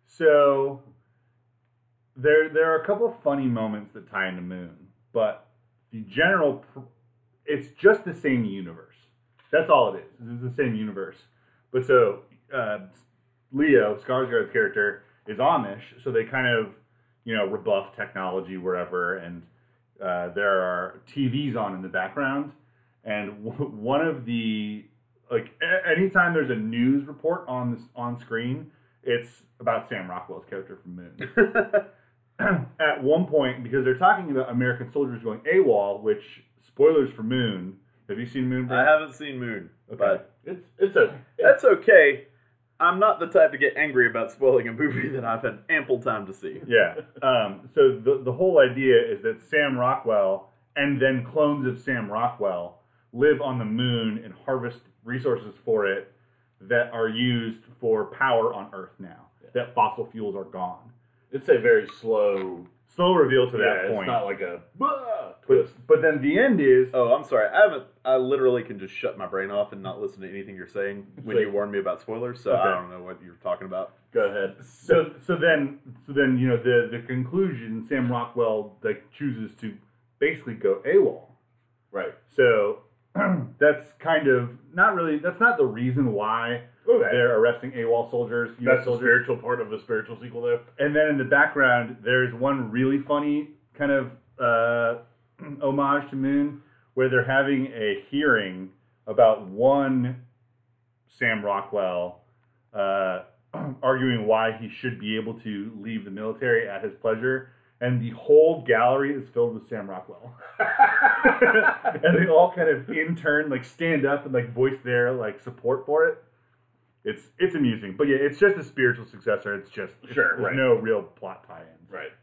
So there there are a couple of funny moments that tie into Moon, but the general pr- it's just the same universe. That's all it is. It's the same universe. But so uh, Leo Skarsgård's character is Amish, so they kind of you know rebuff technology wherever, and uh, there are TVs on in the background, and w- one of the like a- anytime there's a news report on this on screen, it's about Sam Rockwell's character from Moon. At one point, because they're talking about American soldiers going AWOL, which spoilers for Moon. Have you seen Moon?
I haven't seen Moon, but
it's it's a
that's okay. I'm not the type to get angry about spoiling a movie that I've had ample time to see.
yeah. Um, so the the whole idea is that Sam Rockwell and then clones of Sam Rockwell live on the moon and harvest resources for it that are used for power on Earth now. That fossil fuels are gone.
it's a very slow
Slow reveal to
yeah,
that
it's
point.
not like a "Bah!"
but,
twist.
but then the end is
Oh, I'm sorry. I haven't. I literally can just shut my brain off and not listen to anything you're saying when you warn me about spoilers. So
Okay.
I don't know what you're talking about.
Go ahead.
so so then so then you know the the conclusion Sam Rockwell like chooses to basically go AWOL.
Right.
So that's kind of not really that's not the reason why
Okay.
they're arresting AWOL soldiers, US
That's the
soldiers.
spiritual part of the spiritual sequel, though.
And then in the background there's one really funny kind of uh, homage to Moon where they're having a hearing about one Sam Rockwell uh, arguing why he should be able to leave the military at his pleasure. and the whole gallery is filled with Sam Rockwell. and they all kind of in turn like stand up and like voice their like support for it. It's it's amusing, but yeah, it's just a spiritual successor. It's just it's-
Sure,
there's
right.
no real plot tie-ins.
right.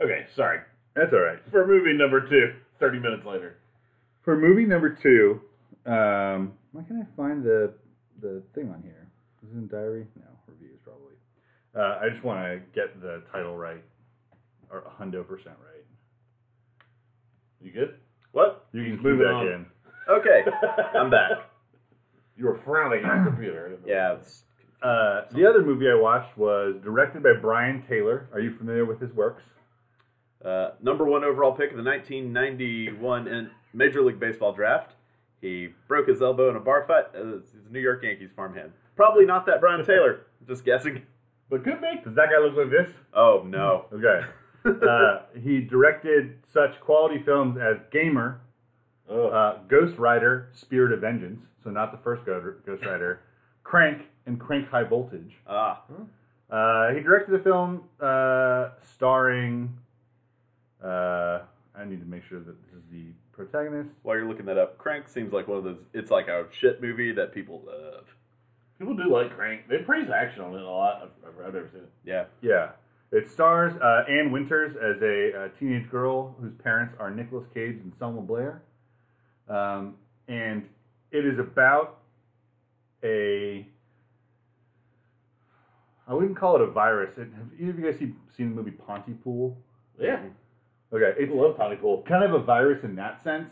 Okay, sorry.
That's all right.
For movie number two, 30 minutes later.
For movie number two, um, why can't I find the the thing on here? Is it in diary? No, reviews probably. Uh, I just want to get the title right, or a hundred percent right.
You good?
What?
You can keep
Moving
that
on.
in.
Okay, I'm back.
You were frowning at the computer.
Yeah, it's,
Uh, the other movie I watched was directed by Brian Taylor. Are you familiar with his works?
uh, number one overall pick of the 1991 in Major League Baseball draft. He broke his elbow in a bar fight. Uh, he's a New York Yankees farmhand. Probably not that Brian Taylor. Just guessing.
But could be.
Does that guy look like this?
Oh no.
Okay. uh, he directed such quality films as Gamer,
Oh,
uh, Ghost Rider, Spirit of Vengeance, so not the first Go- Ghost Rider, Crank, and Crank High Voltage.
Ah,
Uh, he directed a film uh, starring. Uh, I need to make sure that this is the protagonist.
while you're looking that up, Crank seems like one of those. It's like a shit movie that people love.
people do like Crank. They praise action on it a lot. I've, I've, I've never seen it.
Yeah.
Yeah. It stars uh, Ann Winters as a, uh teenage girl whose parents are Nicolas Cage and Selma Blair. Um, and it is about a. I wouldn't call it a virus. It, have either of you guys see, seen the movie Pontypool?
Yeah.
Okay, it's
People love Tony Cool.
kind of a virus in that sense,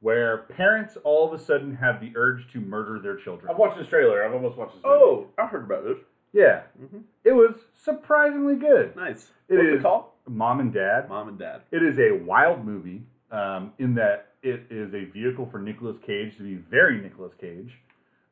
where parents all of a sudden have the urge to murder their children.
I've watched this trailer. I've almost watched this movie.
Oh, I heard about this.
Yeah,
Mhm.
it was surprisingly good.
Nice.
It
What's
is-
it called?
Mom and Dad.
Mom and Dad.
It is a wild movie um, in that it is a vehicle for Nicolas Cage to be very Nicolas Cage.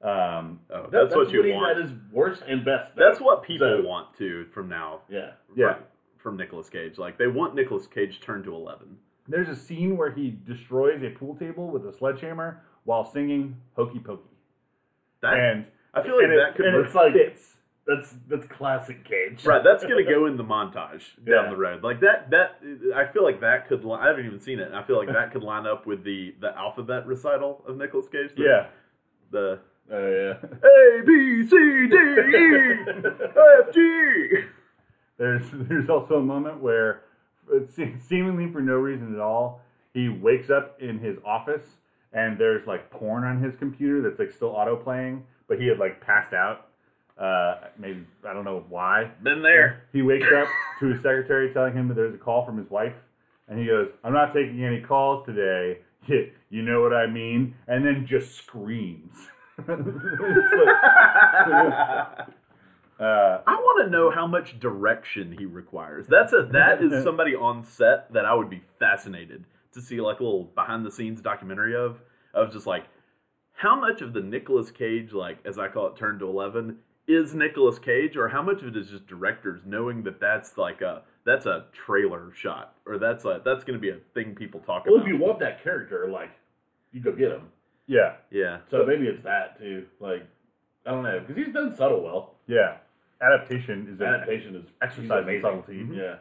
Um,
Oh,
That-
that's, what you
he's
want.
At his worst and best. though.
that's what people
So-
want to from now.
Yeah.
Yeah.
From, from Nicolas Cage, like they want Nicolas Cage turned to eleven.
there's a scene where he destroys a pool table with a sledgehammer while singing Hokey Pokey.
That
And
I feel like
and it-
that could
and
work.
It's like
fits.
that's that's classic Cage.
Right, that's gonna go in the montage
Yeah.
down the road. Like that, that I feel like that could. Li- I haven't even seen it. and I feel like that could line up with the the alphabet recital of Nicolas Cage. The,
Yeah.
The
Oh yeah.
A B C D E F G.
There's there's also a moment where, it se- seemingly for no reason at all, he wakes up in his office and there's like porn on his computer that's like still auto playing, but he had like passed out. Uh, maybe I don't know why.
Been there.
He wakes up to his secretary telling him that there's a call from his wife, and he goes, "I'm not taking any calls today." You know what I mean? And then just screams. It's like, uh,
I want to know how much direction he requires. That's a that is somebody on set that I would be fascinated to see like a little behind the scenes documentary of of just like how much of the Nicolas Cage like as I call it turned to eleven is Nicolas Cage or how much of it is just directors knowing that that's like a that's a trailer shot or that's a that's going to be a thing people talk
Well, if
about.
you want that character, like you go get him.
yeah,
yeah.
So maybe it's that too. Like I don't know because he's done subtle well.
yeah. Adaptation is a
Adaptation is
exercise in
he's amazing.
subtlety.
Yeah.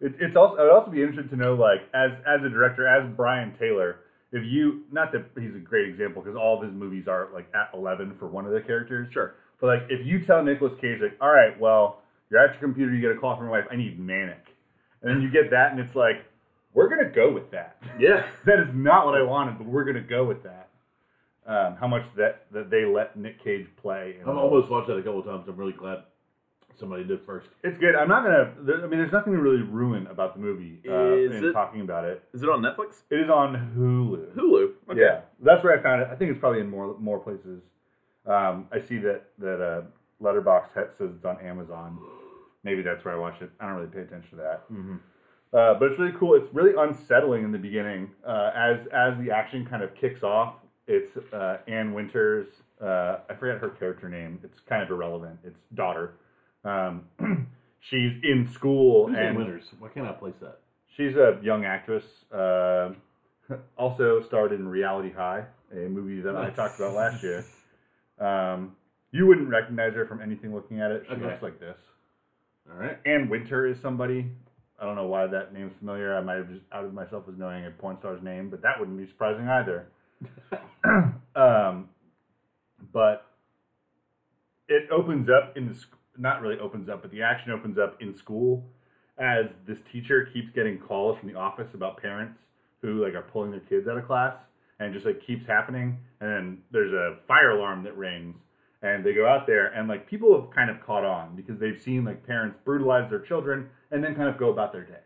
It, it's also it would also be interesting to know like as as a director as Brian Taylor if you not that he's a great example because all of his movies are like at eleven for one of the characters
Sure.
but like if you tell Nicolas Cage like all right well you're at your computer you get a call from your wife I need manic and then you get that and it's like we're gonna go with that
Yeah.
that is not what I wanted but we're gonna go with that um, how much that that they let Nick Cage play in
I've almost watched that a couple times. I'm really glad somebody did first.
it's good I'm not gonna there, I mean there's nothing to really ruin about the movie uh,
Is
in
it-
talking about it
Is it on Netflix?
It is on Hulu.
Hulu. Okay.
Yeah, that's where I found it. I think it's probably in more more places. Um, I see that that uh, Letterbox says it's on Amazon. Maybe that's where I watched it. I don't really pay attention to that.
Mhm.
Uh, but it's really cool. It's really unsettling in the beginning uh, as as the action kind of kicks off. It's uh, Anne Winters. Uh, I forget her character name. It's kind of irrelevant. It's daughter. Um, she's in school
Who's
and
in winners? Why can't I place that?
She's a young actress. Uh, also starred in Reality High, a movie that I
Nice.
talked about last year. Um, you wouldn't recognize her from anything looking at it. She
Okay.
looks like this.
All right.
Ann Winter is somebody. I don't know why that name's familiar. I might have just outed myself as knowing a porn star's name, but that wouldn't be surprising either. um, but it opens up in the sc- not really opens up, but the action opens up in school as this teacher keeps getting calls from the office about parents who like are pulling their kids out of class, and it just like keeps happening. And then there's a fire alarm that rings, and they go out there, and like people have kind of caught on because they've seen like parents brutalize their children and then kind of go about their day.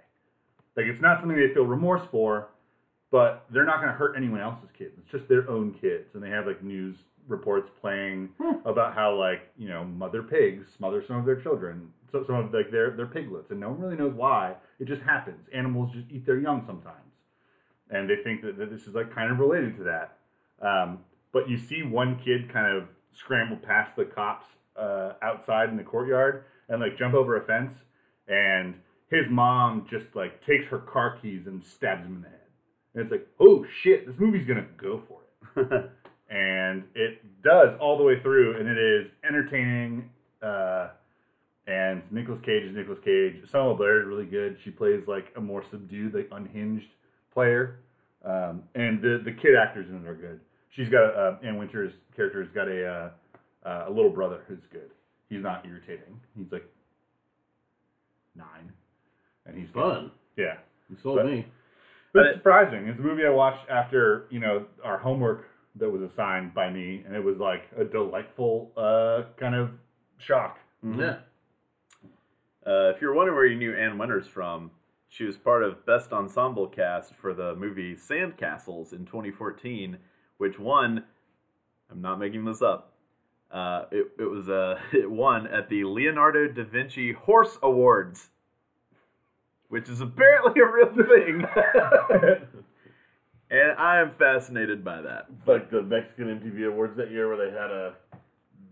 Like it's not something they feel remorse for, but they're not going to hurt anyone else's kids. It's just their own kids, and they have like news reports playing about how like you know mother pigs smother some of their children, so some of like their their piglets, and no one really knows why. It just happens. Animals just eat their young sometimes, and they think that, that this is like kind of related to that. Um, but you see one kid kind of scramble past the cops uh, outside in the courtyard and like jump over a fence, and his mom just like takes her car keys and stabs him in the head. And it's like, oh shit, this movie's gonna go for it. and it does all the way through, and it is entertaining. Uh, and Nicolas Cage is Nicolas Cage. Selma Blair is really good. She plays like a more subdued, like unhinged player. Um, and the the kid actors in it are good. She's got a, uh, Ann Winter's character has got a uh, uh, a little brother who's good. He's not irritating. He's like nine, and he's good.
Fun.
Yeah,
You sold
But-
me.
But
but it's
it-
surprising. It's a movie I watched after you know our homework that was assigned by me, and it was like a delightful uh, kind of shock.
Yeah.
Uh, if you're wondering where you knew Ann Winters from, she was part of Best Ensemble Cast for the movie Sandcastles in 2014, which won. I'm not making this up. Uh, it, it was uh, it won at the Leonardo da Vinci Horse Awards, which is apparently a real thing, and I am fascinated by that.
It's like the Mexican MTV Awards that year where they had a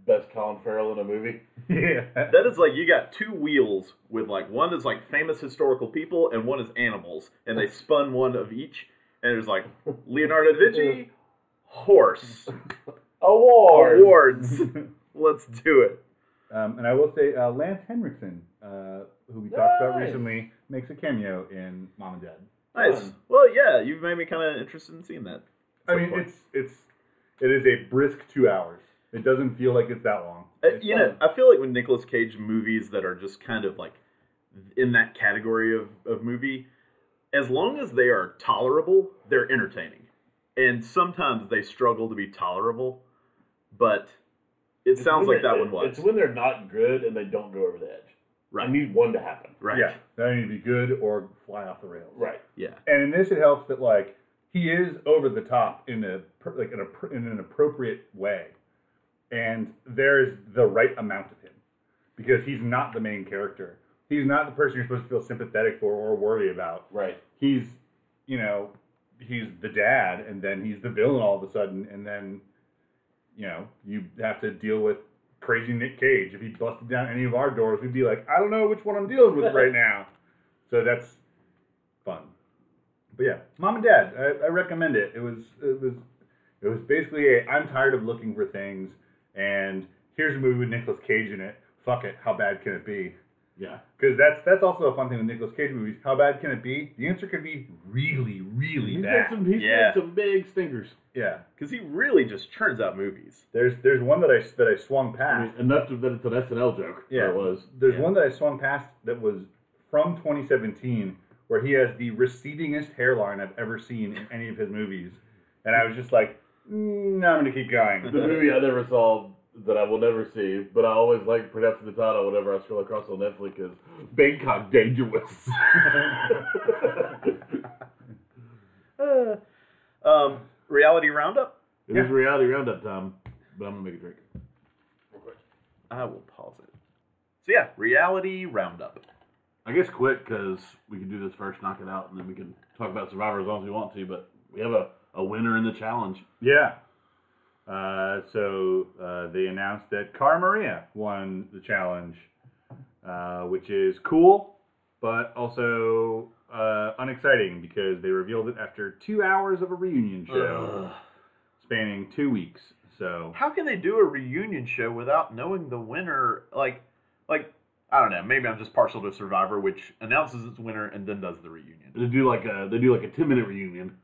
best Colin Farrell in a movie.
yeah.
That is like you got two wheels with like one is like famous historical people and one is animals, and they spun one of each, and it was like Leonardo da Vinci, horse
Award.
awards. Let's do it.
Um, and I will say uh, Lance Henriksen, uh, who we talked about
Nice.
recently, makes a cameo in Mom and Dad.
Nice. Well, yeah, you've made me kind of interested in seeing that.
I mean, it's it's it is a brisk two hours. It doesn't feel like it's that long.
Uh,
It's
you know,
fun.
I feel like with Nicolas Cage movies that are just kind of like in that category of, of movie, as long as they are tolerable, they're entertaining. And sometimes they struggle to be tolerable, but it
It's
sounds like
when
that
they're-
one was.
It's when they're not good and they don't go over the edge. I
right.
need one to happen.
Right.
yeah, they need to be good or fly off the rails.
Right.
Yeah.
and in this it helps that like he is over the top in a per- like in, a, in an appropriate way and there is the right amount of him because he's not the main character he's not the person you're supposed to feel sympathetic for or worry about
Right.
he's you know he's the dad and then he's the villain all of a sudden and then you know you have to deal with crazy nick cage if he busted down any of our doors we'd be like i don't know which one i'm dealing with right now so that's fun but yeah mom and dad i, I recommend it it was it was it was basically a i'm tired of looking for things and here's a movie with Nicolas cage in it fuck it how bad can it be
Yeah.
because that's that's also a fun thing with Nicolas Cage movies. How bad can it be? The answer could be really, really
He's
bad.
made some, he's made
Yeah.
some big stinkers.
yeah,
Because he really just churns out movies.
there's there's one that I s- that I swung
I
past.
mean, enough to, that it's an SNL joke.
Yeah.
It was.
there's
yeah.
one that I swung past that was from 2017, where he has the recedingest hairline I've ever seen in any of his movies, and I was just like, mm, no, I'm gonna keep
The
going.
movie I never saw that I will never see, but I always like pronouncing the title whenever I scroll across on Netflix is Bangkok Dangerous.
Uh, um, reality Roundup?
It is reality roundup time, but I'm gonna make a drink.
I will pause it. So, yeah, Reality Roundup.
I guess quick because we can do this first, knock it out, and then we can talk about Survivor as long as we want to. But we have a, a winner in the challenge.
yeah. Uh, so uh, they announced that Car Maria won the challenge, uh, which is cool, but also uh, unexciting because they revealed it after two hours of a reunion show spanning two weeks. So
How can they do a reunion show without knowing the winner? Like, like I don't know. Maybe I'm just partial to Survivor, which announces its winner and then does the reunion.
They do like a they do like a ten minute reunion,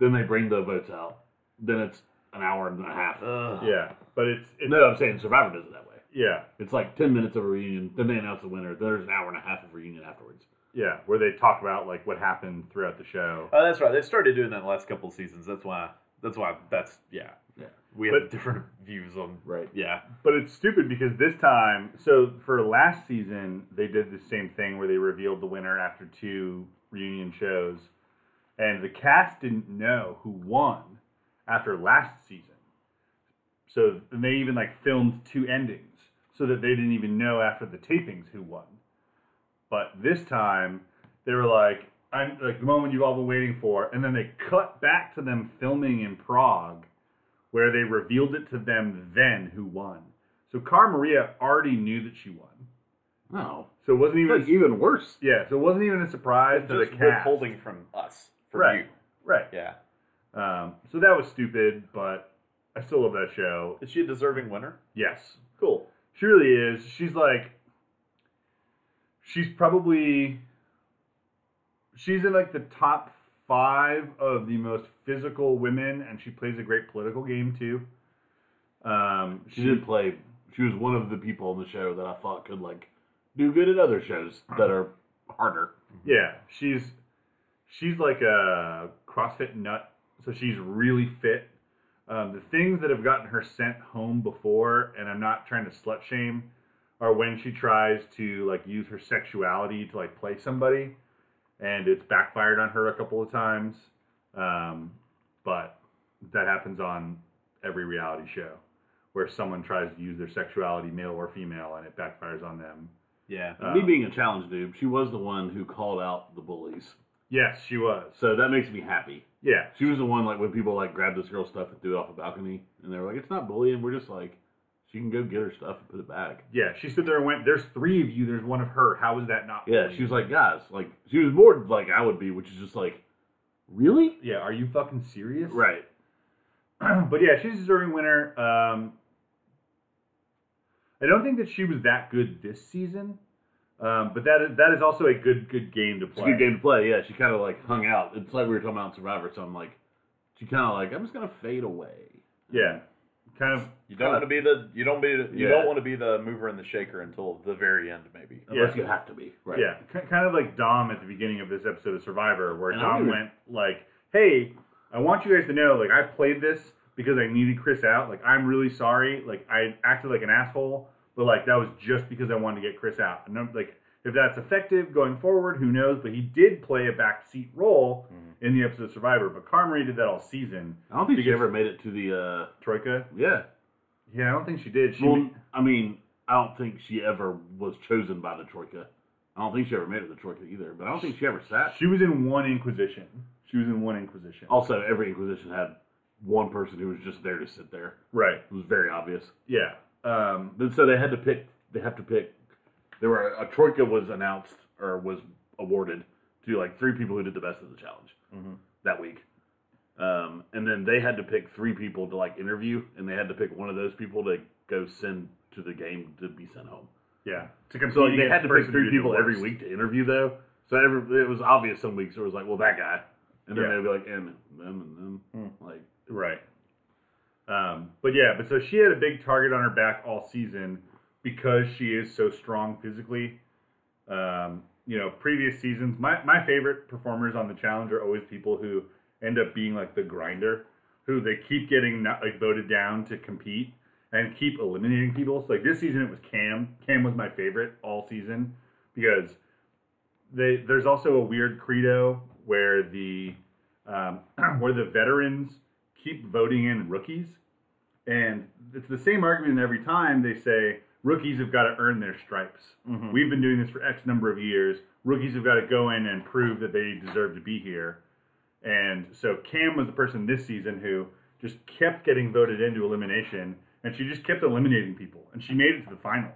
then they bring the votes out. Then it's an hour and a half.
Ugh.
Yeah, but it's, it's
no, I'm saying Survivor does it that way.
yeah,
It's like ten minutes of a reunion, then they announce the winner. There's an hour and a half of reunion afterwards.
yeah, where they talk about like what happened throughout the show.
Oh, that's right. They started doing that the last couple of seasons. That's why. That's why. That's yeah.
Yeah.
We
But-
have different views on.
Right.
Yeah.
But it's stupid because this time, so for last season, they did the same thing where they revealed the winner after two reunion shows, and the cast didn't know who won after last season. So and they even like filmed two endings so that they didn't even know after the tapings who won. But this time, they were like, "I'm like the moment you've all been waiting for," and then they cut back to them filming in Prague where they revealed it to them then who won. So Car Maria already knew that she won.
No,
So it wasn't
it's like
even
even worse.
yeah, so it wasn't even a surprise to the
Just
cast.
withholding from us. From
right,
you.
right.
Yeah.
Um, so that was stupid, but I still love that show.
Is she a deserving winner?
Yes,
Cool.
she really is. She's like, she's probably, she's in like the top five of the most physical women, and she plays a great political game too. Um,
She did play. She was one of the people on the show that I thought could like do good at other shows that are harder.
Yeah, she's she's like a CrossFit nut, so she's really fit. Um, the things that have gotten her sent home before, and I'm not trying to slut shame, are when she tries to like use her sexuality to like play somebody, and it's backfired on her a couple of times. Um, but that happens on every reality show where someone tries to use their sexuality, male or female, and it backfires on them.
Yeah.
And me
Um,
being a challenge dude, she was the one who called out the bullies,
Yes, she was.
so that makes me happy.
Yeah,
She was the one like when people like grabbed this girl's stuff and threw it off a balcony, and they were like, "It's not bullying." We're just like, she can go get her stuff and put it back.
Yeah, she stood there and went, "There's three of you. There's one of her. How is that not?"
Yeah,
bullying?"
she was like, guys, like she was more like I would be, which is just like, really,
"Yeah, are you fucking serious?"
right?
but yeah, she's a deserving winner. Um, I don't think that she was that good this season, um, but that is that is also a good good game to
It's a
play.
good game to play. Yeah, she kind of like hung out. It's like we were talking about in Survivor, so I'm like, she kind of like I'm just gonna fade away.
Yeah, kind of.
You don't want to be the. You don't be. the- You
Yeah.
don't want to be the mover and the shaker until the very end, maybe.
Unless
Yeah.
you have to be, right?
Yeah, ki- kind of like Dom at the beginning of this episode of Survivor, where
And I
Dom
don't even-
went like, "Hey, I want you guys to know, like, I played this because I needed Chris out. Like, I'm really sorry. Like, I acted like an asshole, but like that was just because I wanted to get Chris out. And I'm, like, if that's effective going forward, who knows? But he did play a backseat role
Mm-hmm.
in the episode of Survivor. But Carmery did that all season.
I don't think she
Because-
ever made it to the. uh
Troika?
Yeah.
Yeah, I don't think she did. She
Well, I mean, I don't think she ever was chosen by the troika. I don't think she ever made it to the troika either. But I don't think she ever sat.
she was in one Inquisition. She was in one Inquisition.
Also, every Inquisition had one person who was just there to sit there.
Right.
It was very obvious.
Yeah. Um,
Then so they had to pick. They have to pick. There were a troika was announced or was awarded to like three people who did the best of the challenge
Mm-hmm.
that week. Um, and then they had to pick three people to like interview, and they had to pick one of those people to go send to the game to be sent home.
Yeah. To
So like, they
against
had
the
to pick
person who
three
did the
people every
worst.
week to interview though. So every, it was obvious some weeks it was like, well, that guy, and then
Yeah. Hmm.
they'd be like, and them and them, like
Right. Um, but yeah, but so she had a big target on her back all season because she is so strong physically. Um, you know, previous seasons, my, my favorite performers on the challenge are always people who end up being like the grinder, who they keep getting not, like voted down to compete and keep eliminating people. So like this season, it was Cam. Cam was my favorite all season because they there's also a weird credo where the um, where the veterans keep voting in rookies, and it's the same argument every time. They say rookies have got to earn their stripes. We've been doing this for X number of years. Rookies have got to go in and prove that they deserve to be here. And so Cam was the person this season who just kept getting voted into elimination, and she just kept eliminating people, and she made it to the final.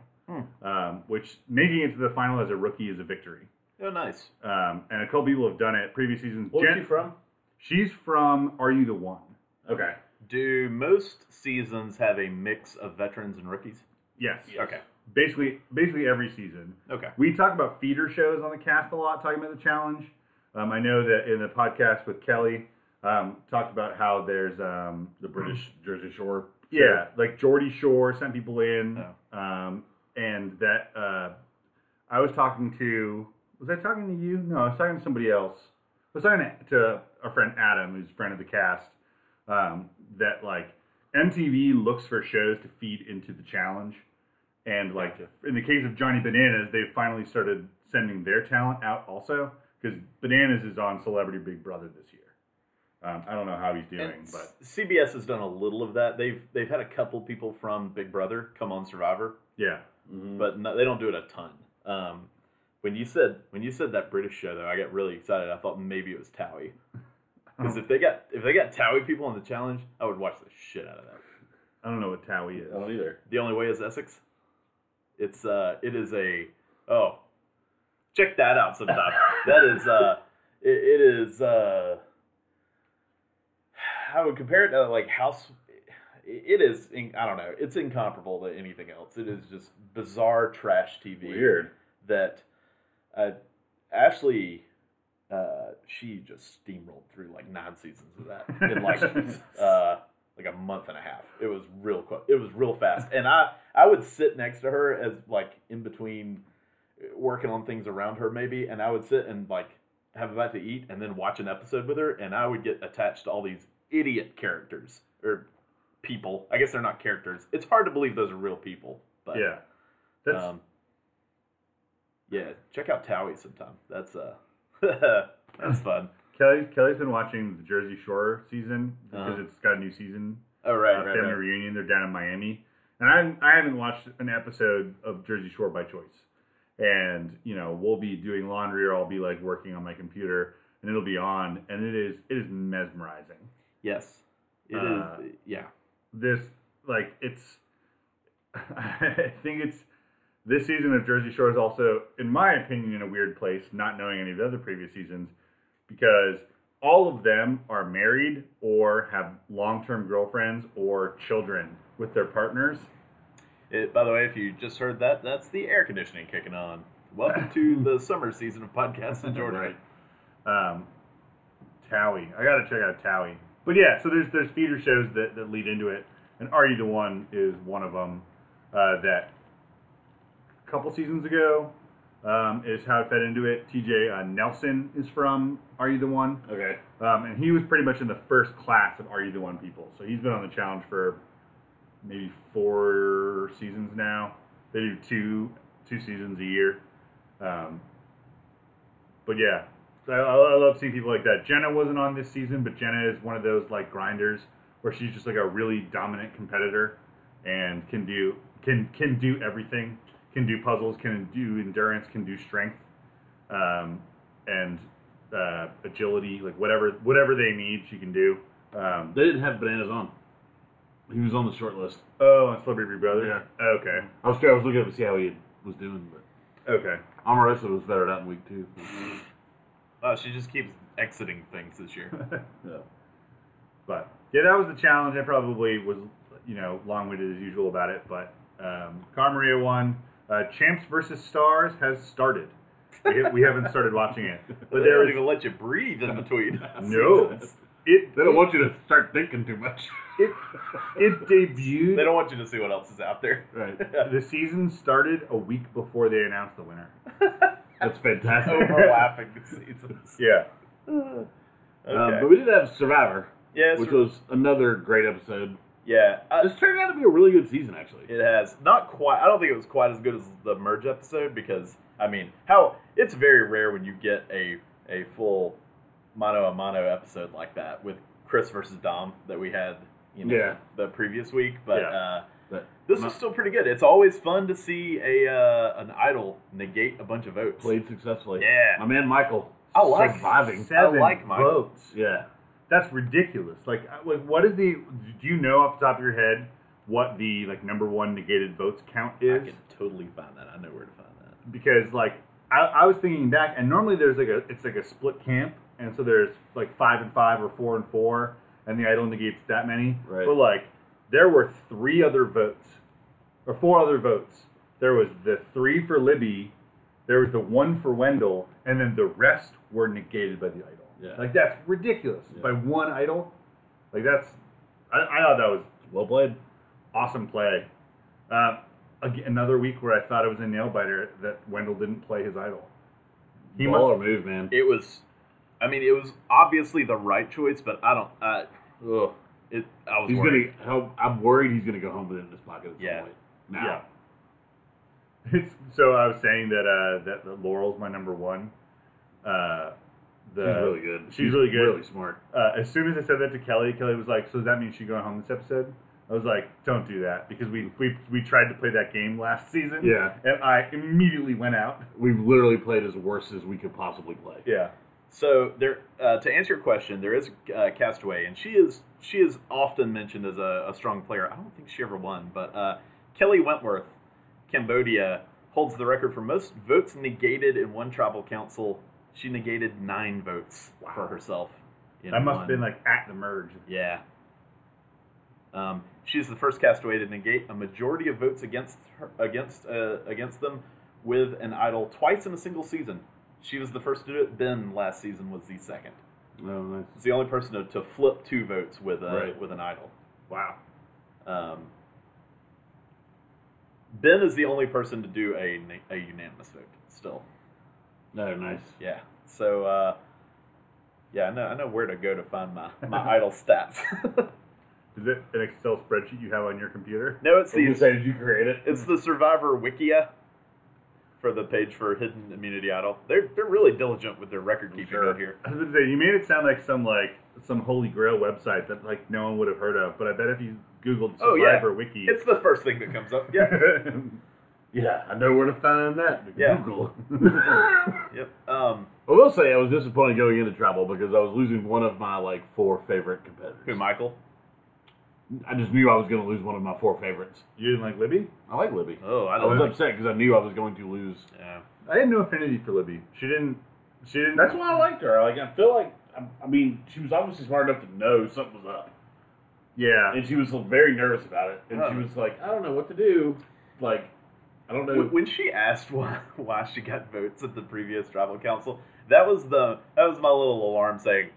Um, which making it to the final as a rookie is a victory.
Oh, nice.
Um, and a couple people have done it previous seasons.
Where's
Jen-
from?
She's from Are You the One?
okay,
Do most seasons have a mix of veterans and rookies?
Yes.
Yes.
Okay.
basically basically every season.
Okay.
We talk about feeder shows on the cast a lot, talking about the challenge. Um, I know that in the podcast with Kelly, um, talked about how there's um,
The British Jersey Shore.
yeah, like Geordie Shore sent people in,
Oh.
um, and that uh, I was talking to. Was I talking to you? No, I was talking to somebody else. I was talking to, to our friend Adam, who's a friend of the cast. Um, that like MTV looks for shows to feed into the challenge, and like in the case of Johnny Bananas, they finally started sending their talent out also because Bananas is on Celebrity Big Brother this year. Um, I don't know how he's doing,
And
but
C- CBS has done a little of that. They've they've had a couple people from Big Brother come on Survivor,
yeah. Mm-hmm.
Mhm.
but no, they don't do it a ton. Um, when you said when you said that British show though, I got really excited. I thought maybe it was Towie. Because if they got if they got Towie people on the challenge, I would watch the shit out of that.
I don't know what Towie is.
I don't either.
The only way is Essex. It's uh, it is a oh, check that out sometime. that is uh, it, it is uh, I would compare it to like House. It is in, I don't know. It's incomparable to anything else. It is just bizarre trash TV
Weird.
that uh, Ashley. Uh, she just steamrolled through like nine seasons of that in like uh, like a month and a half. It was real quick. It was real fast, and I I would sit next to her as like in between uh, working on things around her maybe, and I would sit and like have about to eat and then watch an episode with her, and I would get attached to all these idiot characters or people. I guess they're not characters. It's hard to believe those are real people, but
yeah, that's
um, yeah, check out Towie sometime. That's uh, that's fun.
Kelly. Kelly's been watching the Jersey Shore season because
Uh-huh.
it's got a new season.
Oh right,
uh,
right,
family
right.
reunion. They're down in Miami, and I I haven't watched an episode of Jersey Shore by choice. And you know we'll be doing laundry or I'll be like working on my computer and it'll be on and it is it is mesmerizing.
Yes, it is.
Uh,
Yeah,
This like it's I think it's this season of Jersey Shore is also in my opinion in a weird place, not knowing any of the other previous seasons because all of them are married or have long-term girlfriends or children with their partners.
It, by the way, if you just heard that, that's the air conditioning kicking on. Welcome to the summer season of podcasts in Georgia.
Right. Um, Towie. I gotta check out Towie. But yeah, so there's there's feeder shows that, that lead into it, and Are You the One is one of them. Uh, that a couple seasons ago um, is how it fed into it. TJ uh, Nelson is from Are You the One,
Okay.
um, and he was pretty much in the first class of Are You the One people. So he's been on the challenge for maybe four seasons now. They do two two seasons a year. Um, but yeah, so I, I love seeing people like that. Jenna wasn't on this season, but Jenna is one of those like grinders where she's just like a really dominant competitor and can do can can do everything. Can do puzzles, can do endurance, can do strength, um, and uh, agility, like whatever whatever they need, she can do. Um,
They didn't have bananas on. He was on the short list.
oh, and Celebrity Big Brother. Okay.
I was I was looking up to see how he was doing, but
Okay.
Omarosa was better that week too.
Mm-hmm. Oh, she just keeps exiting things this year.
yeah.
But yeah, that was the challenge. I probably was, you know, long-winded as usual about it. But um, Carmaria won. Uh, Champs versus Stars has started. We, we haven't started watching it, but
they
there
don't
was
even let you breathe in between.
no. It
They don't want you to start thinking too much.
it it debuted.
They don't want you to see what else is out there.
right.
the season started a week before they announced the winner.
That's fantastic. Um,
Overlapping seasons.
Yeah.
Okay.
Um,
Uh, but we did have Survivor,
yeah,
which
it's-
was another great episode.
yeah. I-
This turned out to be a really good season, actually.
It has not quite. I don't think it was quite as good as the merge episode because I mean, how it's very rare when you get a a full mono a mono episode like that with Chris versus Dom that we had, you know,
Yeah.
the previous week. But
Yeah.
uh,
But
this
not-
was still pretty good. It's always fun to see a uh, an idol negate a bunch of votes.
Played successfully.
Yeah. Oh,
My man Michael.
I like-
surviving.
Seven
like Michael.
votes.
Yeah.
That's ridiculous. Like, I- like, what is the? Do you know off the top of your head what the like number one negated votes count
I
is?
can totally find that. I know where to find that.
Because like I, I was thinking back, and normally there's like a it's like a split camp, and so there's like five and five or four and four, and the idol negates that many.
Right.
But like there were three other votes, or four other votes there was the three for Libby, there was the one for Wendell, and then the rest were negated by the idol.
Yeah.
Like that's ridiculous.
Yeah.
By one idol, like that's. I, I thought that was well played, awesome play. Uh, ag- another week where I thought it was a nail biter that Wendell didn't play his idol. He must
Baller move, man.
It was, I mean, it was obviously the right choice, but I don't. I, ugh, it. I was.
He's
worried.
gonna. How, I'm worried he's gonna go home with it in his pocket at some
Yeah.
point. Now.
Yeah. It's, so I was saying that uh, that, that Laurel's my number one. Uh, the,
she's really good.
she's really good.
Really smart.
Uh, as soon as I said that to Kelly, Kelly was like, "So does that mean she's going home this episode?" I was like, "Don't do that," because we we, we tried to play that game last season.
Yeah.
And I immediately went out.
We literally played as worst as we could possibly play.
Yeah.
So there, uh, to answer your question, there is uh, Castaway, and she is she is often mentioned as a, a strong player. I don't think she ever won, but uh, Kelly Wentworth, Cambodia, holds the record for most votes negated in one tribal council. She negated nine votes for herself. in
That must
one.
have been like at the merge.
Yeah. Um, she's the first castaway to negate a majority of votes against her, against uh, against them with an idol twice in a single season. She was the first to do it. Ben last season was the second.
Oh, nice.
It's the only person to, to flip two votes with a
Right.
with an idol.
Wow.
Um, ben is the only person to do a na- a unanimous vote still.
Oh, nice.
Yeah. So uh, yeah, I know I know where to go to find my my idol stats.
Is it an Excel spreadsheet you have on your computer?
no, it's
So you
the
say, did you create it?
It's the Survivor Wikia for the page for Hidden Immunity Idol. They're they're really diligent with their record keeping
Sure.
out here.
I was gonna say you made it sound like some like some holy grail website that like no one would have heard of, but I bet if you googled
Oh, yeah.
Survivor Wiki,
It's the first thing that comes up. Yeah.
Yeah, I know where to find that.
Yeah.
Google.
yep. Um,
I will say I was disappointed going into travel because I was losing one of my like four favorite competitors.
who, Michael?
I just knew I was going to lose one of my four favorites.
you didn't like Libby.
I like Libby.
Oh, I
I
don't
was
know.
upset because I knew I was going to lose.
Yeah.
I had no affinity for Libby. She didn't. She didn't.
That's why I liked her. Like I feel like I, I mean she was obviously smart enough to know something was up,
Yeah.
and she was very nervous about it, and she
Huh.
was like, I don't know what to do. Like I don't know.
When- When she asked why, why she got votes at the previous tribal council, that was the that was my little alarm saying,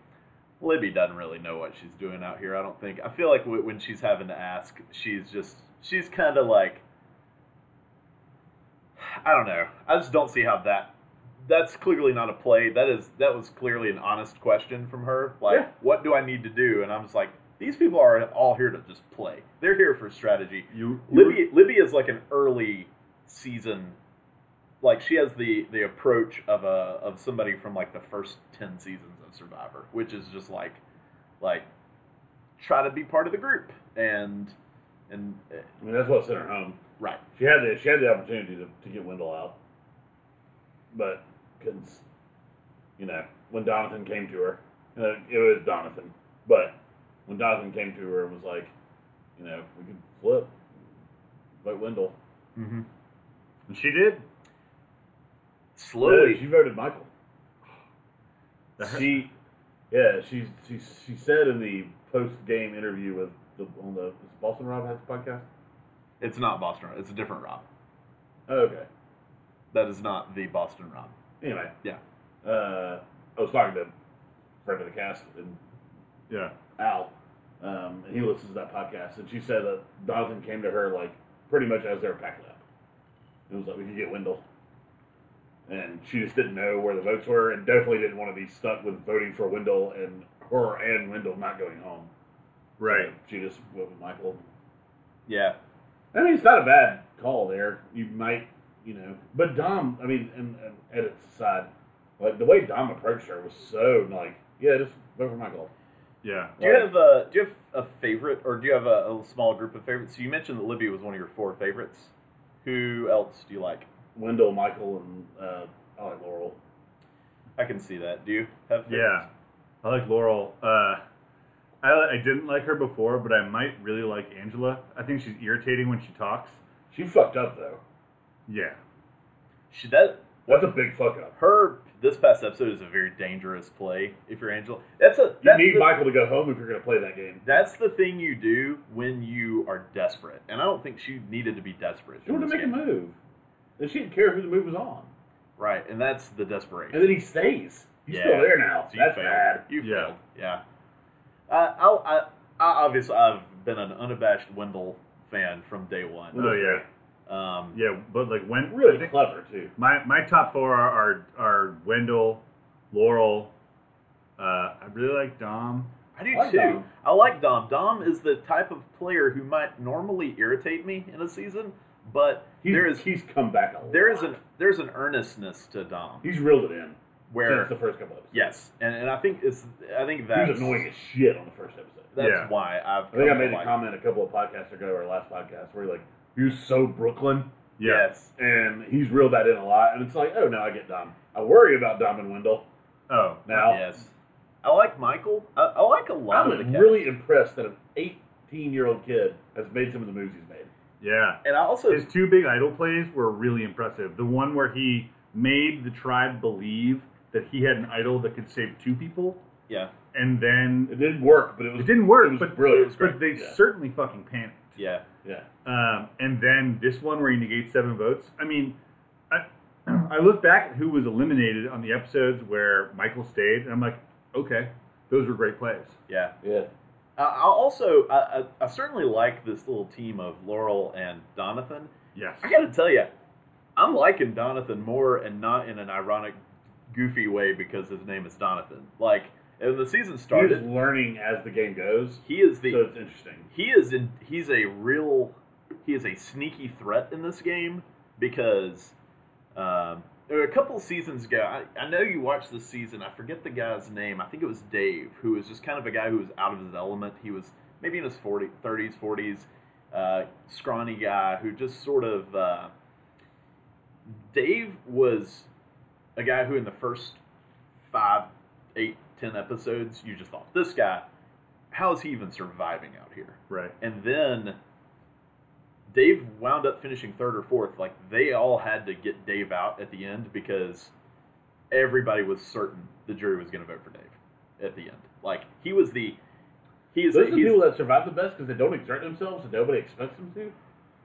Libby doesn't really know what she's doing out here. I don't think. I feel like w- when she's having to ask, she's just she's kind of like, I don't know. I just don't see how that. That's clearly not a play. That is that was clearly an honest question from her. Like,
Yeah.
what do I need to do? And I'm just like, these people are all here to just play. They're here for strategy.
You. you were-
Libby Libby is like an early season like she has the the approach of a of somebody from like the first 10 seasons of Survivor, which is just like like try to be part of the group and and eh,
I mean that's what sent her home.
right.
She had the she had the opportunity to, to get Wendell out, but because you know when Donovan came to her, and it- it was Donovan. But when Donovan came to her, it was like, you know, we could flip, vote Wendell.
Mm-hmm.
And she did.
No,
Slowly.
she voted Michael. She, yeah, she she she said in the post game interview with the on the is Boston Rob has a podcast.
it's not Boston Rob. It's a different Rob.
Oh, okay.
That is not the Boston Rob.
Anyway.
Yeah.
Uh, I was talking to a friend of the cast and
Yeah.
Al, um, and he listens to that podcast, and she said that Donovan came to her like pretty much as they were packing up. It was like we could get Wendell, and she just didn't know where the votes were, and definitely didn't want to be stuck with voting for Wendell and her and Wendell not going home.
Right.
She just went with Michael.
Yeah.
I mean, it's not a bad call there. You might, you know, but Dom. I mean, and, and edits aside, like the way Dom approached her was so like, yeah, just vote for Michael.
Yeah.
Do you
Like,
have a do you have a favorite or do you have a, a small group of favorites? So you mentioned that Libby was one of your four favorites. Who else do you like?
Wendell, Michael, and uh, I like Laurel.
I can see that. Do you have?
Yeah. I like Laurel. Uh, I I didn't like her before, but I might really like Angela. I think she's irritating when she talks.
She fucked up though.
Yeah.
She does.
That's a big fuck up.
Her this past episode is a very dangerous play. If you're Angela, that's a
You
that's
need
the,
Michael to go home if you're going to play that game.
That's the thing you do when you are desperate, and I don't think she needed to be desperate.
She
in
wanted
this
to make a
game.
move. And she didn't care who the move was on.
Right, and that's the
And
desperation.
then he stays. He's still
Yeah.
there now.
So you
That's
failed.
bad.
You
Yeah.
failed. Yeah. Uh, I'll, I, I obviously I've been an unabashed Wendell fan from day one.
Oh yeah,
Um,
yeah. But like when I
Really
think
clever too.
my my top four are are, are Wendell, Laurel. Uh, I really like Dom.
I do
like
too.
Dom.
I like Dom. Dom is the type of player who might normally irritate me in a season, but
He's,
there is
he's come back a lot.
there is an there's an earnestness to Dom
he's reeled it in
where
since the first couple episodes.
yes, and, and I think it's I think
he
that's
was annoying as shit on the first episode.
That's
Yeah.
why I've
I think I
come to
made a
like-
comment a couple of podcasts ago, or last podcast, where you're like, "You're so Brooklyn,"
Yeah.
Yes,
and he's reeled that in a lot. And it's like, oh, now I get Dom. I worry about Dom and Wendell
Oh,
now.
yes. I like Michael. I, I like a lot
I'm
of the cast.
really impressed that an 18 year old kid has made some of the moves he's made.
yeah.
and I also
His two big idol plays were really impressive. The one where he made the tribe believe that he had an idol that could save two people,
yeah
and then
It didn't work, but it was
it didn't work.
It was
but
brilliant. It was
But they
great. Yeah.
certainly fucking panicked.
yeah
yeah.
Um, and then this one where he negates seven votes. I mean, I, I look back at who was eliminated on the episodes where Michael stayed, and I'm like, okay, those were great plays.
yeah.
Yeah.
I, I also I, I, I certainly like this little team of Laurel and Donathan.
Yes.
I gotta tell you, I'm liking Donathan more, and not in an ironic, goofy way because his name is Donathan. Like, when the season
He's
started,
learning as the game goes,
he is
so
the
it's interesting.
he is in he's a real he is a sneaky threat in this game because um, there were a couple seasons ago. I, I know you watched this season. I forget the guy's name. I think it was Dave, who was just kind of a guy who was out of his element. He was maybe in his 40, 30s, 40s, uh, scrawny guy who just sort of. Uh, Dave was a guy who, in the first five, eight, ten episodes, you just thought, this guy, how is he even surviving out here?
Right.
and then Dave wound up finishing third or fourth. Like they all had to get Dave out at the end because everybody was certain the jury was going to vote for Dave at the end. Like he was the he is
Those are the
he's-
people that survive the best because they don't exert themselves and nobody expects them to.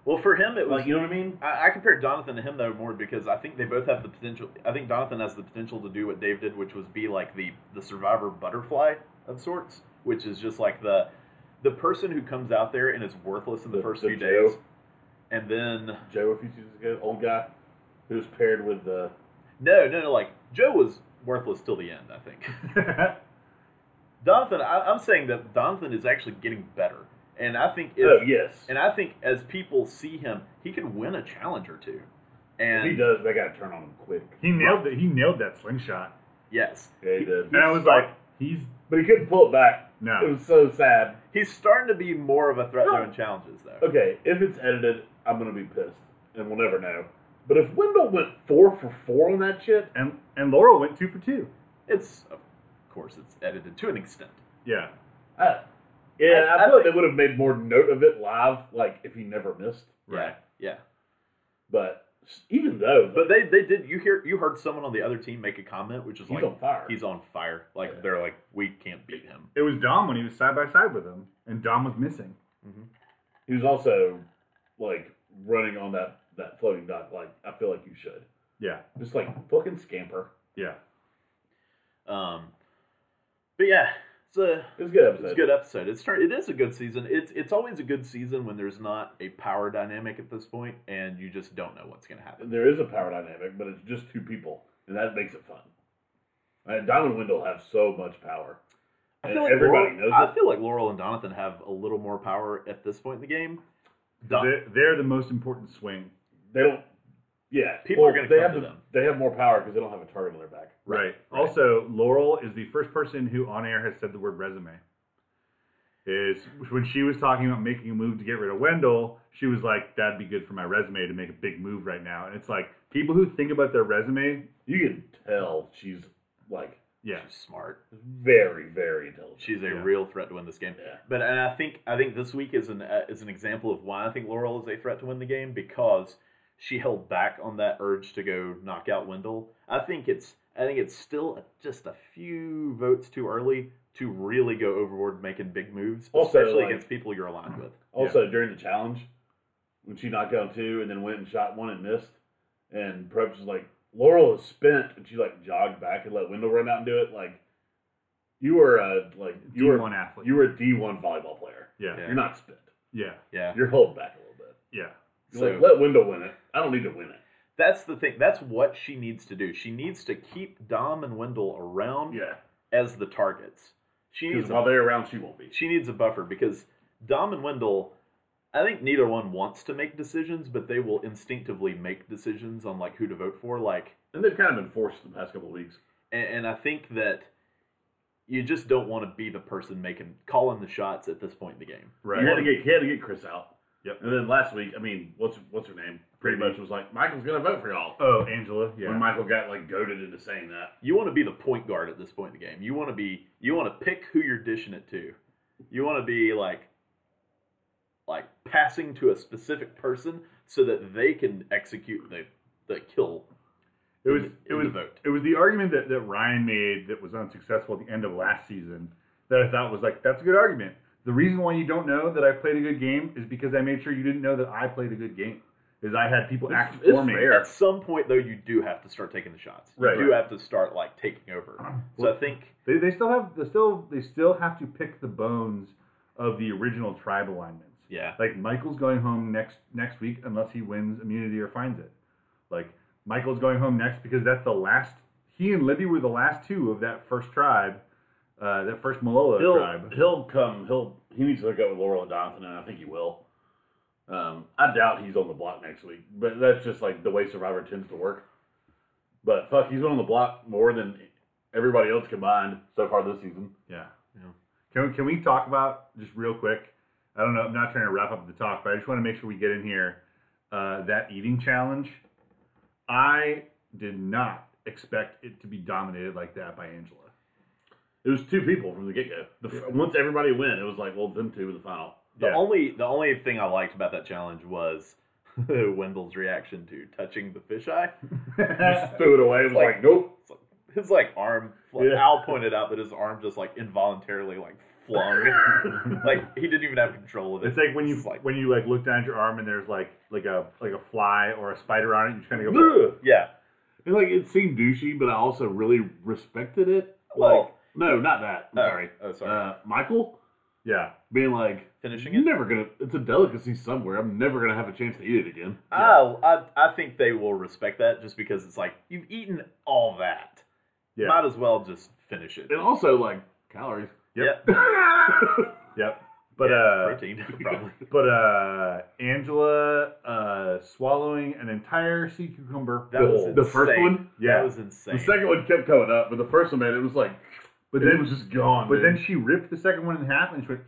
well for him it was
Like, you know what I mean?
I, I compare Jonathan to him though more because I think they both have the potential. I think Jonathan has the potential to do what Dave did, which was be like the the survivor butterfly of sorts, which is just like the the person who comes out there and is worthless in the,
The-
first
the
few
Joe.
days, and then
Joe a few seasons ago, old guy who was paired with uh, the.
no, no, no, like Joe was worthless till the end. I think Jonathan. I, I'm saying that Jonathan is actually getting better, and I think if,
oh yes,
and I think as people see him, he can win a challenge or two, and
he does. They got to turn on him quick.
he nailed that. He nailed that slingshot,
Yes,
Yeah, he did.
and I was like, he's
but he couldn't pull it back. It
no.
was so sad.
He's starting to be more of a threat though in challenges, though.
Okay, if it's edited, I'm gonna be pissed, and we'll never know. But if Wendell went four for four on that shit,
And and Laurel went two for two.
It's of course it's edited to an extent.
Yeah.
I, yeah,
I-
I,
I
feel like they
think-
would have made more note of it live, like if he never missed.
Right.
Yeah.
But s- even though,
But they they did you hear you heard someone on the other team make a comment which is
he's
like
on fire.
he's on fire. Like
Yeah.
they're like we can't beat him.
It was Dom when he was side by side with him, and Dom was missing.
he was also like running on that that floating dock. Like I feel like you should
Yeah.
just like fucking scamper.
Yeah.
Um But yeah, it's a
It was a good episode.
it's a good episode. It's turn it is a good season. It's it's always a good season when there's not a power dynamic at this point and you just don't know what's gonna happen.
There is a power dynamic, but it's just two people, and that makes it fun. And Don and Wendell have so much power.
I
And
feel like
E- everybody
Laurel,
knows
I
it.
feel like Laurel and Donathan have a little more power at this point in the game. Don-
They're, they're the most important swing.
They don't. Yeah,
People are
well,
gonna
they
come
have
to
the-
them.
They have more power because they don't have a target on their back.
Right.
Right.
Also, Laurel is the first person who on air has said the word resume. Is when she was talking about making a move to get rid of Wendell, she was like, "That'd be good for my resume to make a big move right now." And it's like people who think about their resume,
You can tell she's like
yeah,
She's smart.
very, very intelligent.
She's a
Yeah.
real threat to win this game.
yeah.
But and I think I think this week is an uh, is an example of why I think Laurel is a threat to win the game because she held back on that urge to go knock out Wendell. I think it's I think it's still just a few votes too early to really go overboard making big moves,
Also,
especially
like- Oh,
against people you're aligned with.
Also, during the challenge, when she knocked down two and then went and shot one and missed, and Preps was like, Laurel is spent, and she like jogged back and let Wendell run out and do it. Like, you were a like you
D1
were
athlete.
you were a D one volleyball player.
yeah.
Yeah.
You're not spent.
Yeah.
Yeah.
You're held back a little bit.
Yeah.
You're like,
So-
let Wendell win it. I don't need to win it.
That's the thing. That's what she needs to do. She needs to keep Dom and Wendell around
Yeah,
as the targets. She
because
needs
while
a,
they're around, she won't be.
she needs a buffer because Dom and Wendell, I think neither one wants to make decisions, but they will instinctively make decisions on like who to vote for. Like,
And they've kind of been forced the past couple of weeks.
and, and I think that you just don't want to be the person making calling the shots at this point in the game.
You had
Right.
to get you had to get Chris out.
Yep.
And then last week, I mean, what's what's her name? Pretty
Brittany.
much was like, Michael's gonna vote for y'all.
Oh, Angela. Yeah.
When Michael got like goaded into saying that.
You want to be the point guard at this point in the game. You want to be you want to pick who you're dishing it to. You want to be like like passing to a specific person so that they can execute the the kill.
It was
in
it
the
was
vote.
it was the argument that, that Ryan made that was unsuccessful at the end of last season that I thought was like that's a good argument. The reason why you don't know that I played a good game is because I made sure you didn't know that I played a good game. Is I had people act
it's
for me.
fair.
At some point though you do have to start taking the shots. You
Right,
do
right.
have to start like taking over. So
Well-
I think
They, they still have they still they still have to pick the bones of the original tribe alignments.
yeah.
Like Michael's going home next next week unless he wins immunity or finds it. Like Michael's going home next because that's the last. He and Libby were the last two of that first tribe, uh, that first Malola
He'll
tribe.
he'll come. He'll he needs to hook up with Laurel and Donovan, and I think he will. Um, I doubt he's on the block next week, but that's just like the way Survivor tends to work. But fuck, he's been on the block more than everybody else combined so far this season.
Yeah.
Yeah.
Can can we talk about just real quick? I don't know. I'm not trying to wrap up the talk, but I just want to make sure we get in here uh, that eating challenge. I did not expect it to be dominated like that by Angela.
It was two people from the get go. The f Once everybody went, it was like, well, them two in the final.
The
Yeah.
only the only thing I liked about that challenge was Wendell's reaction to touching the fisheye.
Just threw it away. It was like, nope.
It's like- his like arm. Fl-
Yeah.
Al pointed out that his arm just like involuntarily like flung, like he didn't even have control of it.
It's like when you
It's like
when you like look down at your arm and there's like like a like a fly or a spider on it. You just kind of go.
Ugh.
yeah.
And like it seemed douchey, but I also really respected it.
Well,
like, no, not that. I'm
oh,
sorry.
Oh, sorry.
Uh, Michael
Yeah,
being like,
Finishing
you're
it.
never gonna. It's a delicacy somewhere. I'm never gonna have a chance to eat it again.
Oh, I, I I think they will respect that just because it's like you've eaten all that.
Yeah.
Might as well just finish it.
And also like calories.
Yep.
Yeah.
yep. But
Yeah,
uh,
it's protein probably.
but uh, Angela uh swallowing an entire sea cucumber.
That
whole.
was insane.
The first one?
Yeah.
That was insane.
The second one kept coming up, but the first one, man, it was like,
But
it
then
was just gone.
but
dude.
then she ripped the second one in half and she went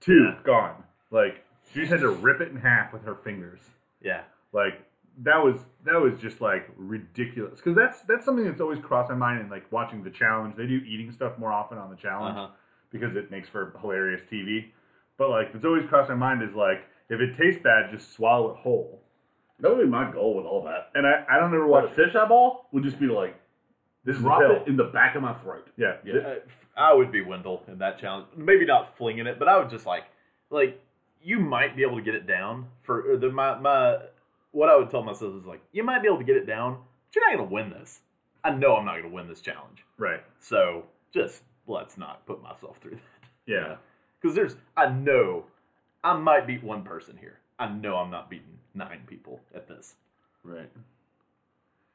two gone. Like she just had to rip it in half with her fingers.
yeah.
Like that was that was just like ridiculous because that's that's something that's always crossed my mind in like watching the challenge. They do eating stuff more often on the challenge.
Uh-huh.
because it makes for hilarious TV. But like, it's always crossed my mind is like, if it tastes bad, just swallow it whole.
that would be my goal with all that.
And I, I don't ever
What a
watch.
fish eyeball would just be like,
This is a
drop
pill.
it in the back of my throat.
Yeah,
Yeah.
Th-
Uh, I would be Wendell in that challenge. Maybe not flinging it, but I would just like, like you might be able to get it down for or the my my. What I would tell myself is like, you might be able to get it down, but you're not gonna win this. I know I'm not gonna win this challenge,
right.
so just let's not put myself through that.
Yeah,
Because there's, I know, I might beat one person here. I know I'm not beating nine people at this.
Right.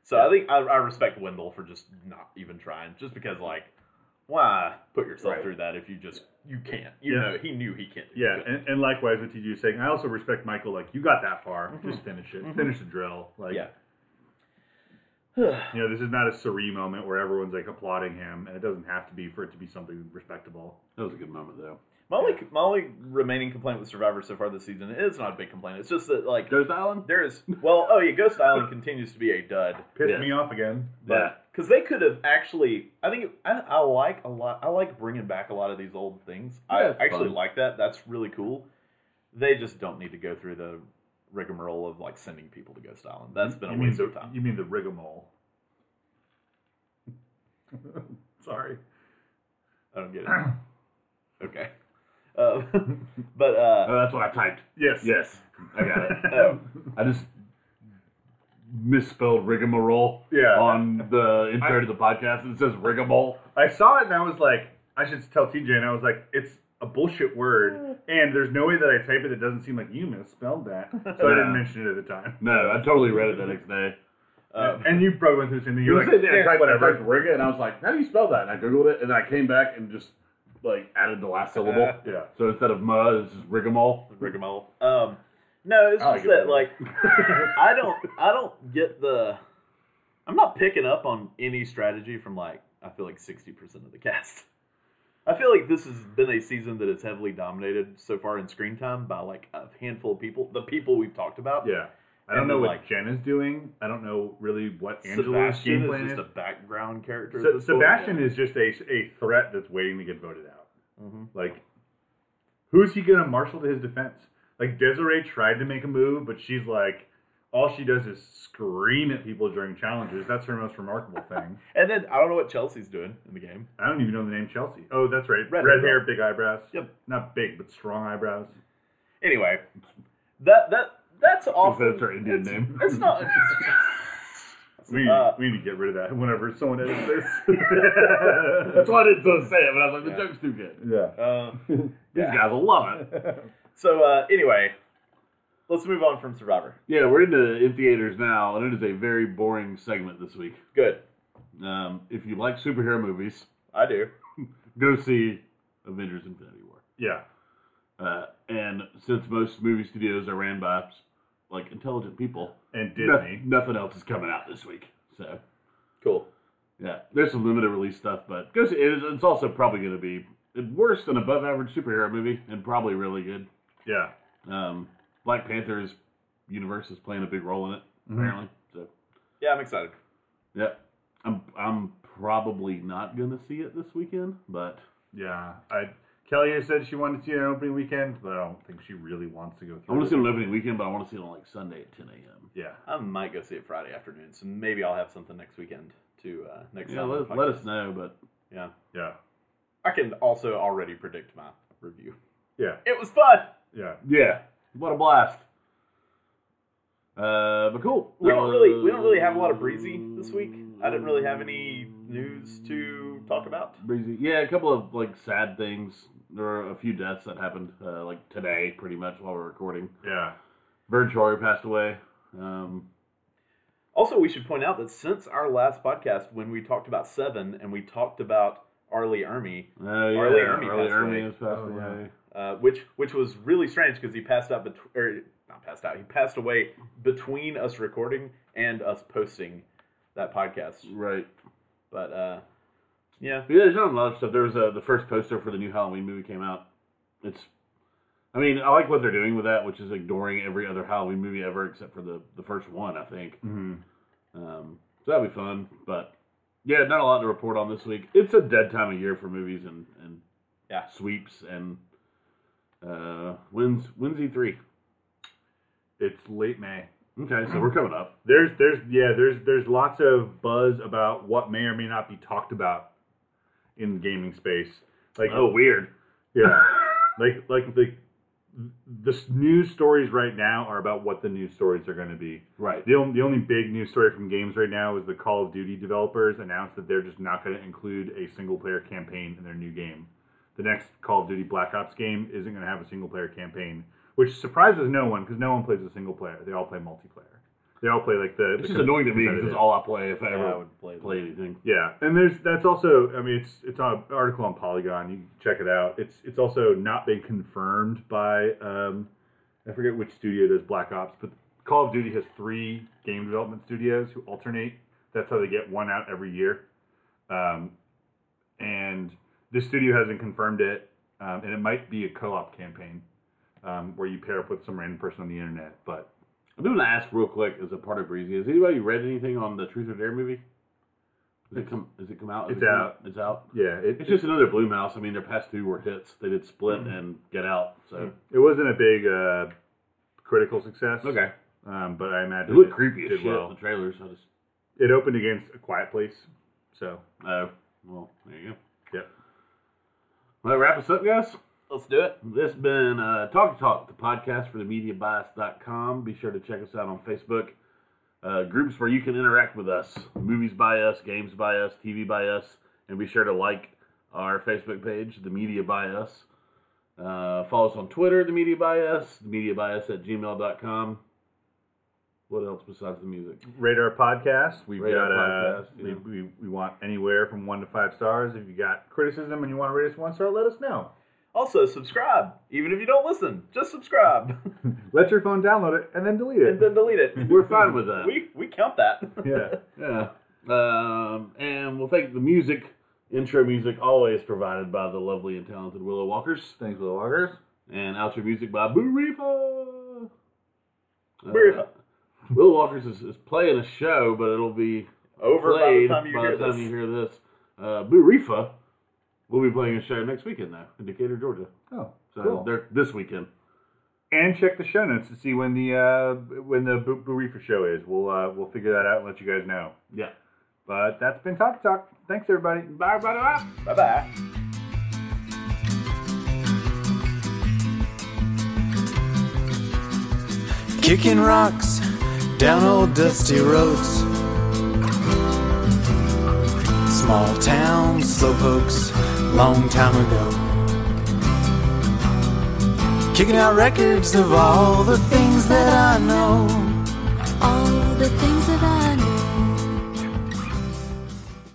So I think I, I respect Wendell for just not even trying, just because like, why put yourself
Right.
through that if you just you can't? You
Yeah.
know, he knew he can't. do
yeah.
it.
And, and likewise, what TG was saying, I also respect Michael. Like, you got that far, just finish it. Finish the drill. Like,
Mm-hmm. yeah.
you know, this is not a Suri moment where everyone's like applauding him, and it doesn't have to be for it to be something respectable.
That was a good moment though.
My only my only remaining complaint with Survivor so far this season is not a big complaint. It's just that like
Ghost Island.
there is well, oh yeah, Ghost Island continues to be a dud.
Pissed
Yeah.
me off again.
Yeah.
Because they could have actually, I think I, I like a lot. I like bringing back a lot of these old things.
Yeah, it's
I actually
fun.
like that. That's really cool. They just don't need to go through the rigmarole of like sending people to Ghost Island. That's been a
Mm, you mean
waste
the
of time.
you mean the rigamole? Sorry.
I don't get it. okay. Uh, but uh,
Oh, that's what I typed.
Yes.
Yes, I got it.
uh,
I just misspelled rigmarole
Yeah.
on the intro to the podcast. It says rigamole.
I saw it and I was like, I should tell TJ, and I was like, it's a bullshit word, and there's no way that I type it that doesn't seem like you misspelled that. So I didn't
Yeah.
mention it at the time.
No, I totally read it the next day.
Uh,
and you probably went through the same thing.
You
You're
were
like,
sitting there,
"Eh,
I typed, I typed
whatever.
Riga, and I was like, how do you spell that? And I Googled it, and I came back and just, like, added the last syllable.
Uh,
Yeah.
So instead of ma, it's just rigamole.
Mm-hmm.
Rigamole. Um, no, it's
I like
just
it
that
better.
like I don't I don't get the I'm not picking up on any strategy from like I feel like sixty percent of the cast. I feel like this has been a season that is heavily dominated so far in screen time by like a handful of people, the people we've talked about.
Yeah. I
And
don't know
then,
what
like-
Jen is doing. I don't know really what Angela's
Sebastian
game plan
is
is.
just a background character.
Se- Sebastian is just a, a threat that's waiting to get voted out.
hmm
Like, who's he gonna marshal to his defense? Like Desiree tried to make a move, but she's like, all she does is scream at people during challenges. That's her most remarkable thing.
And then I don't know what Chelsea's doing in the game.
I don't even know the name Chelsea. Oh, that's right.
Red
Red,
eyebrow.
hair, big eyebrows.
Yep.
Not big, but strong eyebrows.
Anyway, that that that's off.
That's her Indian
it's,
name.
It's not.
We,
Uh,
we need to get rid of that whenever someone edits this.
That's why I didn't so say it, but I was like, the
Yeah.
joke's too good.
yeah.
uh,
These guys will love it.
So uh, anyway, let's move on from Survivor.
Yeah, we're into in theaters now, and it is a very boring segment this week.
Good,
Um, if you like superhero movies,
I do.
go see Avengers: Infinity War.
Yeah.
Uh, and since most movie studios are ran by like intelligent people,
And
no-
Disney.
nothing else is coming out this week. So
Cool.
yeah, there's some limited release stuff, but go see. It's, it's also probably going to be worse than above average superhero movie, and probably really good.
Yeah.
Um, Black Panther's universe is playing a big role in it
Mm-hmm.
apparently. So
Yeah, I'm excited.
yeah, I'm I'm probably not going to see it this weekend, but
Yeah. I Kelly has said she wanted to see it on opening weekend, but I don't think she really wants to go
I
through.
want to see
it.
it on opening weekend, but I want to see it on like Sunday at 10 a.m.
Yeah.
I might go see it Friday afternoon, so maybe I'll have something next weekend to uh, next.
Yeah,
time on
let,
the
let
podcast.
us know, but
Yeah,
Yeah.
I can also already predict my review.
Yeah.
It was fun.
Yeah.
Yeah, what a blast. Uh, but cool.
We don't
Uh,
really we don't really have a lot of breezy this week. I didn't really have any news to talk about.
breezy. Yeah, a couple of like sad things. There were a few deaths that happened uh, like today, pretty much while we're recording.
Yeah.
Vern Troyer passed away. Um,
Also, we should point out that since our last podcast, when we talked about Seven and we talked about Arlie Ermy,
uh, yeah,
Arlie Ermey
Arlie
passed
Ermey
away.
has passed
Oh, yeah.
away.
uh, which which was really strange because he passed out bet- or not passed out he passed away between us recording and us posting that podcast
Right.
but uh yeah
Yeah, there's not a lot of stuff. There was uh, the first poster for the new Halloween movie came out. It's, I mean, I like what they're doing with that, which is ignoring every other Halloween movie ever except for the the first one, I think.
Mm-hmm.
Um, so that'll be fun. But yeah, not a lot to report on this week. It's a dead time of year for movies and and
Yeah.
sweeps and uh, wins wins E three.
It's late May.
Okay, so we're coming up.
There's there's yeah there's there's lots of buzz about what may or may not be talked about in the gaming space. Like
Oh, weird.
yeah, like like the the s- news stories right now are about what the news stories are going to be.
Right.
The only, the only big news story from games right now is the Call of Duty developers announced that they're just not going to include a single player campaign in their new game. The next Call of Duty Black Ops game isn't going to have a single player campaign, which surprises no one because no one plays a single player. They all play multiplayer. They all play like the.
Which
the
is annoying to me because it's
competitive.
all I play if I
yeah, i
ever
would play, that.
play anything.
Yeah, and there's that's also I mean it's it's on an article on Polygon. You can check it out. It's it's also not been confirmed by um, I forget which studio does Black Ops, but Call of Duty has three game development studios who alternate. That's how they get one out every year. Um, and this studio hasn't confirmed it, um, and it might be a co-op campaign um, where you pair up with some random person on the internet. But
I do want to ask real quick as a part of Breezy, has anybody read anything on the Truth or Dare movie? Has it come, has it come out? Has
It's
it come
out.
It's out.
yeah, it,
It's just another Bloomhouse. I mean, their past two were hits. They did Split
Mm-hmm.
and Get Out. So
it wasn't a big uh, critical success.
okay,
Um, but I
it
imagine
looked creepy as
did
shit.
well.
The trailers. I just
It opened against a quiet place, so
oh well, there you go.
Yep.
Well, that wrap us up, guys.
let's do it
This has been uh, Talk to Talk, the podcast for the MediaBias.com. Be sure to check us out on Facebook, uh, groups where you can interact with us. Movies by us, games by us, TV by us, and be sure to like our Facebook page, The Media by Us. Uh, follow us on Twitter, The Media by Us, The Media by Us at gmail.com. What else besides the music?
Radar podcast. We've
Radar
got uh,
podcast, yeah.
we, we, we want anywhere from one to five stars. If you got criticism and you want to rate us one star, let us know.
Also, subscribe. Even if you don't listen, just subscribe
Let your phone download it and then delete
and
it.
then delete it.
We're fine with that.
We we count that.
yeah.
Yeah. Um, and we'll thank the music, intro music, always provided by the lovely and talented Willow Walkers,
Thanks, little loggers.
and outro music by Burifa. Uh,
Burifa.
Willow Walkers is, is playing a show, but it'll be
Over by the
played
time you hear
the time
this.
you hear this. Uh, Burifa will be playing a show next weekend, though, in Decatur, Georgia.
Oh,
So
cool.
they're this weekend.
And check the show notes to see when the uh, when the Bu- Burifa show is. We'll uh, we'll figure that out and let you guys know.
Yeah.
But that's been Talk Talk. Thanks everybody. Bye bye bye.
Bye bye.
kicking rocks down old dusty roads. Small town slowpokes, long time ago. Kicking out records of all the things that I know.
all the things